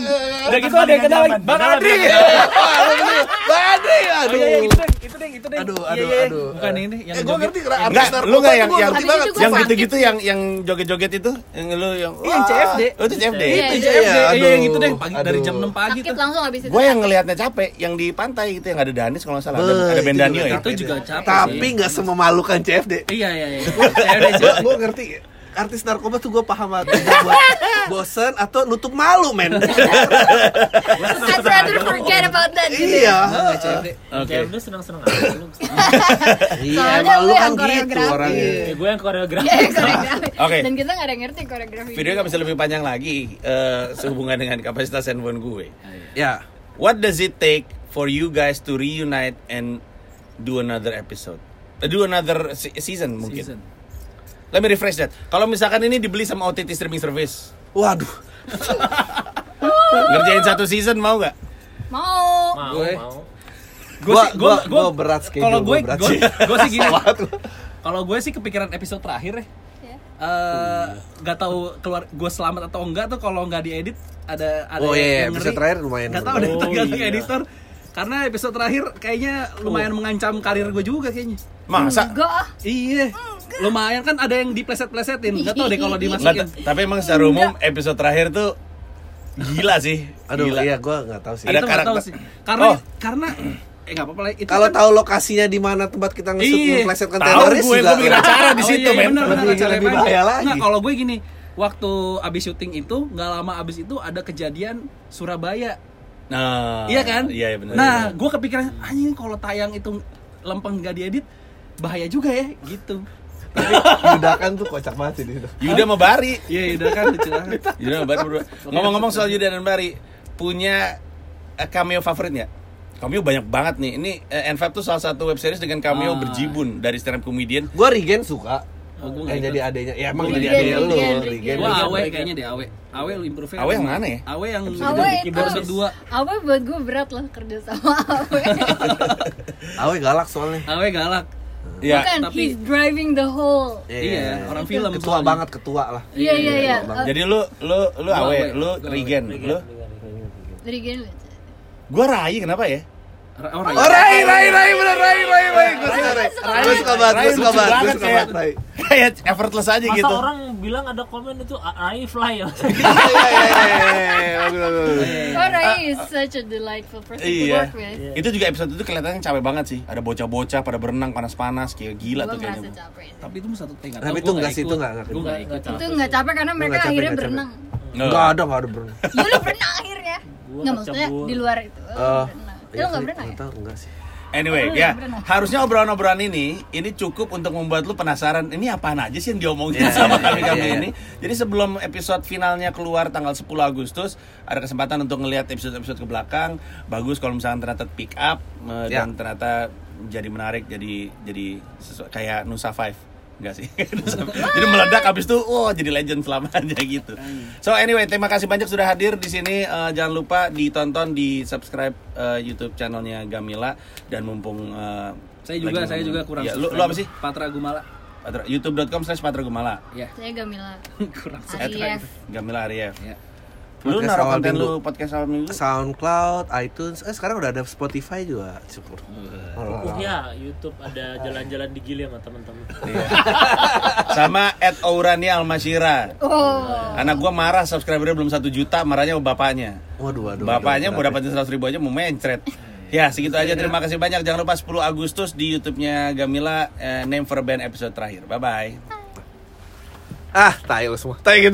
B: udah gitu ada yang kenal lagi bang Adri
A: Bang Adri,
F: Iya. Oh,
A: aduh.
F: iya, iya, itu deh, itu deh, itu deh.
A: Aduh,
F: Iya,
A: aduh,
F: iya, iya.
A: aduh.
F: Bukan ini yang
A: Eh, gua
F: joget. Iya,
A: ngerti kenapa
B: Enggak, lu nggak yang- yang-
A: ngerti
C: Habis
A: banget.
C: itu gua
B: yang
C: sakit.
B: gitu-gitu yang yang joget-joget itu yang lu yang
F: Iya, yang CFD.
B: oh, itu CFD
C: Iya,
F: Itu
A: Iya,
F: CFD, iya,
A: aduh,
F: yang itu deh pagi dari
A: aduh.
F: jam 6 pagi
C: Sakit
F: tuh.
C: langsung habis itu.
B: gue yang ngelihatnya capek yang di pantai gitu yang ada Danis kalau nggak salah ada, ada Ben Danio ya
F: capek. Itu juga capek
A: Tapi
F: sih.
A: nggak sememalukan CFD.
F: Iya iya iya. Saya udah
A: gue gue ngerti artis narkoba tuh gue paham banget buat bosen atau nutup malu men
C: I'd rather forget about that gitu.
A: iya
F: CFD.
B: oke
D: Kayak udah senang-senang aja. lu.
A: iya
C: Soalnya
A: emang lu
C: lu
A: kan
C: yang
A: gitu
C: koreografi.
A: orangnya
D: Ya, gue yang koreografi.
C: Iya, koreografi.
B: Oke.
C: Dan kita nggak ada yang ngerti koreografi.
B: Video nggak bisa lebih panjang lagi eh, sehubungan dengan kapasitas handphone gue.
A: ya
B: What does it take for you guys to reunite and do another episode? Eh, Do another se- season mungkin.
F: Season.
B: Let me refresh that. Kalau misalkan ini dibeli sama OTT streaming service,
A: waduh
B: ngerjain satu season mau nggak?
C: Mau.
D: Mau,
F: Gue.
D: mau.
A: Gua- gua- gua berat schedule,
F: Kalau gue
A: gua berat
F: gue
A: schedule.
F: gue sih gini. Kalau gue sih kepikiran episode terakhir ya.
C: Ya.
F: Eh, nggak tahu keluar gue selamat atau enggak tuh kalau nggak diedit ada ada
A: Oh, iya, iya.
F: yang
A: Episode
F: ngeri.
A: terakhir lumayan
F: nggak tahu
A: berat.
F: deh
D: Oh,
F: tergantung
D: iya.
F: editor karena episode terakhir kayaknya
A: Oh.
F: lumayan mengancam karir gue juga kayaknya
B: Masa?
C: Enggak ah.
F: iya lumayan kan ada yang dipleset-plesetin nggak tahu deh kalau
B: Nggak
F: dimasukin
B: ta- tapi emang secara umum episode terakhir tuh gila sih.
A: aduh
B: gila.
A: iya gue nggak tahu sih
B: Ada
F: itu nggak tahu
B: karakter.
F: sih karena
B: Oh.
F: karena eh nggak apa-apa lah itu
A: kalau
F: kan-
A: tahu lokasinya di mana tempat kita
F: Iya.
A: ngesut plesetkan
B: Tahu
A: teroris
B: gue,
A: juga
B: gue bikin acara di
F: Oh,
B: situ,
F: iya, iya,
B: men.
F: benar, benar,
A: Lebih-
F: acaranya
A: lebih
F: panjang.
A: bahaya lagi.
F: Nah, kalau gue gini, waktu abis syuting itu nggak lama abis itu ada kejadian Surabaya.
B: Nah,
F: iya kan?
B: Iya iya, benar.
F: Nah, gue kepikiran anjing kalau tayang itu lempeng nggak diedit bahaya juga ya gitu.
A: Yudakan tuh kocak banget sih di situ
B: Yuda sama Bari.
F: Iya, udah kan lucu banget.
B: Yuda dan Bari berdua. Ngomong-ngomong soal Yuda dan Bari, punya eh, cameo favorit nggak? Cameo banyak banget nih. Ini eh, N5 tuh salah satu web series dengan cameo
F: Ah.
B: berjibun dari stand up comedian.
A: gue Regen suka
F: Oh, gua
A: yang
F: nggak ikut.
A: jadi adenya ya emang
C: Gua
A: jadi
C: Regen,
A: adenya lu gitu.
C: Regen,
A: Regen
C: Regen.
B: ya,
F: Gue
A: Regen.
F: awe kayaknya deh awe. Awe lu improve.
B: Awe yang mana ya?
F: Awe yang
C: Awe itu.
F: episode dua.
C: Awe buat gue berat lah kerja sama Awe.
A: awe galak soalnya
F: Awe galak.
B: Ya.
C: Bukan,
F: tapi-
C: he's driving the whole.
F: Iya, orang film
A: ketua
F: soalnya.
A: banget ketua lah
C: Iya iya iya.
B: Jadi lu lu lu
F: Gua
B: awe,
F: Awe,
B: lu
F: gua Awe.
B: Regen, lu
C: Dari gini.
B: gua Rai kenapa ya?
F: Ra- Orang.
A: Oh Rai, Rai, Rai, bener Rai, Rai, Rai Gue suka Rai Gue suka banget,
B: Rai
A: gue suka banget,
B: lucu
A: gue
B: banget ya.
A: suka banget
B: kayak-
A: Iya, Rai
B: Kayak effortless aja
D: Masa
B: gitu.
D: orang bilang ada komen itu Rai fly ya.
A: Iya, iya, iya, iya, bagus, bagus, bagus.
C: Oh Rai is such a delightful person to
B: Iya.
C: work with.
B: Itu juga episode itu kelihatannya capek banget sih. Ada bocah-bocah pada berenang panas-panas kayak gila
C: Gue
B: tuh
C: merasa
B: kayaknya.
C: capek. sih.
F: Tapi itu satu eh, tingkat.
A: Tapi itu enggak sih, itu enggak, enggak.
F: Gue nggak ikut.
C: Itu nggak capek karena mereka
A: capek,
C: akhirnya
A: nggak capek.
C: berenang.
B: No.
A: Enggak ada, enggak ada berenang
C: Ya lu berenang akhirnya. Nggak maksudnya
D: kecebur.
C: di luar itu. Oh,
A: Eh,
C: berenang.
A: iya
C: Lu nggak
A: sih,
C: berenang ya?
A: nggak tahu, enggak sih
B: Anyway, ya harusnya obrolan-obrolan ini ini cukup untuk membuat lu penasaran ini apaan aja sih yang diomongin sama kami kami
A: yeah,
B: ini. Jadi sebelum episode finalnya keluar tanggal 10 Agustus, ada kesempatan untuk ngelihat episode-episode ke belakang. Bagus kalau misalkan ternyata pick up eh,
A: Ya.
B: dan ternyata jadi menarik, jadi jadi sesu- kayak Nusa Five Enggak sih. jadi meledak habis itu oh jadi legend selamanya gitu. So anyway, terima kasih banyak sudah hadir di sini. Eh, jangan lupa ditonton di subscribe eh, YouTube channelnya Gamila dan mumpung eh,
F: Saya juga,
B: lagi
F: saya
B: ngomong-
F: juga kurang.
B: Iya, lu, lu
F: subscribe.
B: apa sih?
F: Patra Gumala.
B: Patra- youtube.com slash patragumala
F: Ya,
C: Saya Gamila
F: kurang.
C: Aries.
B: Gamila Arief
F: Ya.
B: lu
E: Podcast
B: naruh
E: awal
B: konten
E: minggu.
B: lu podcast awal minggu
E: SoundCloud, iTunes, eh sekarang udah ada Spotify juga, syukur.
D: Oh ya, YouTube ada jalan-jalan di Gili sama teman-teman.
B: Iya. sama at Aurania Almasyira
C: Oh,
B: anak gua marah subscribernya belum satu juta marahnya sama bapaknya
E: Waduh, waduh.
B: bapaknya mau
E: waduh, berat
B: dapatin seratus ribu aja mau mencret ya segitu aja terima kasih banyak jangan lupa 10 Agustus di YouTube-nya Gamila eh, name for band episode terakhir bye bye
E: ya. Ah, tai lu semua. Tai gitu.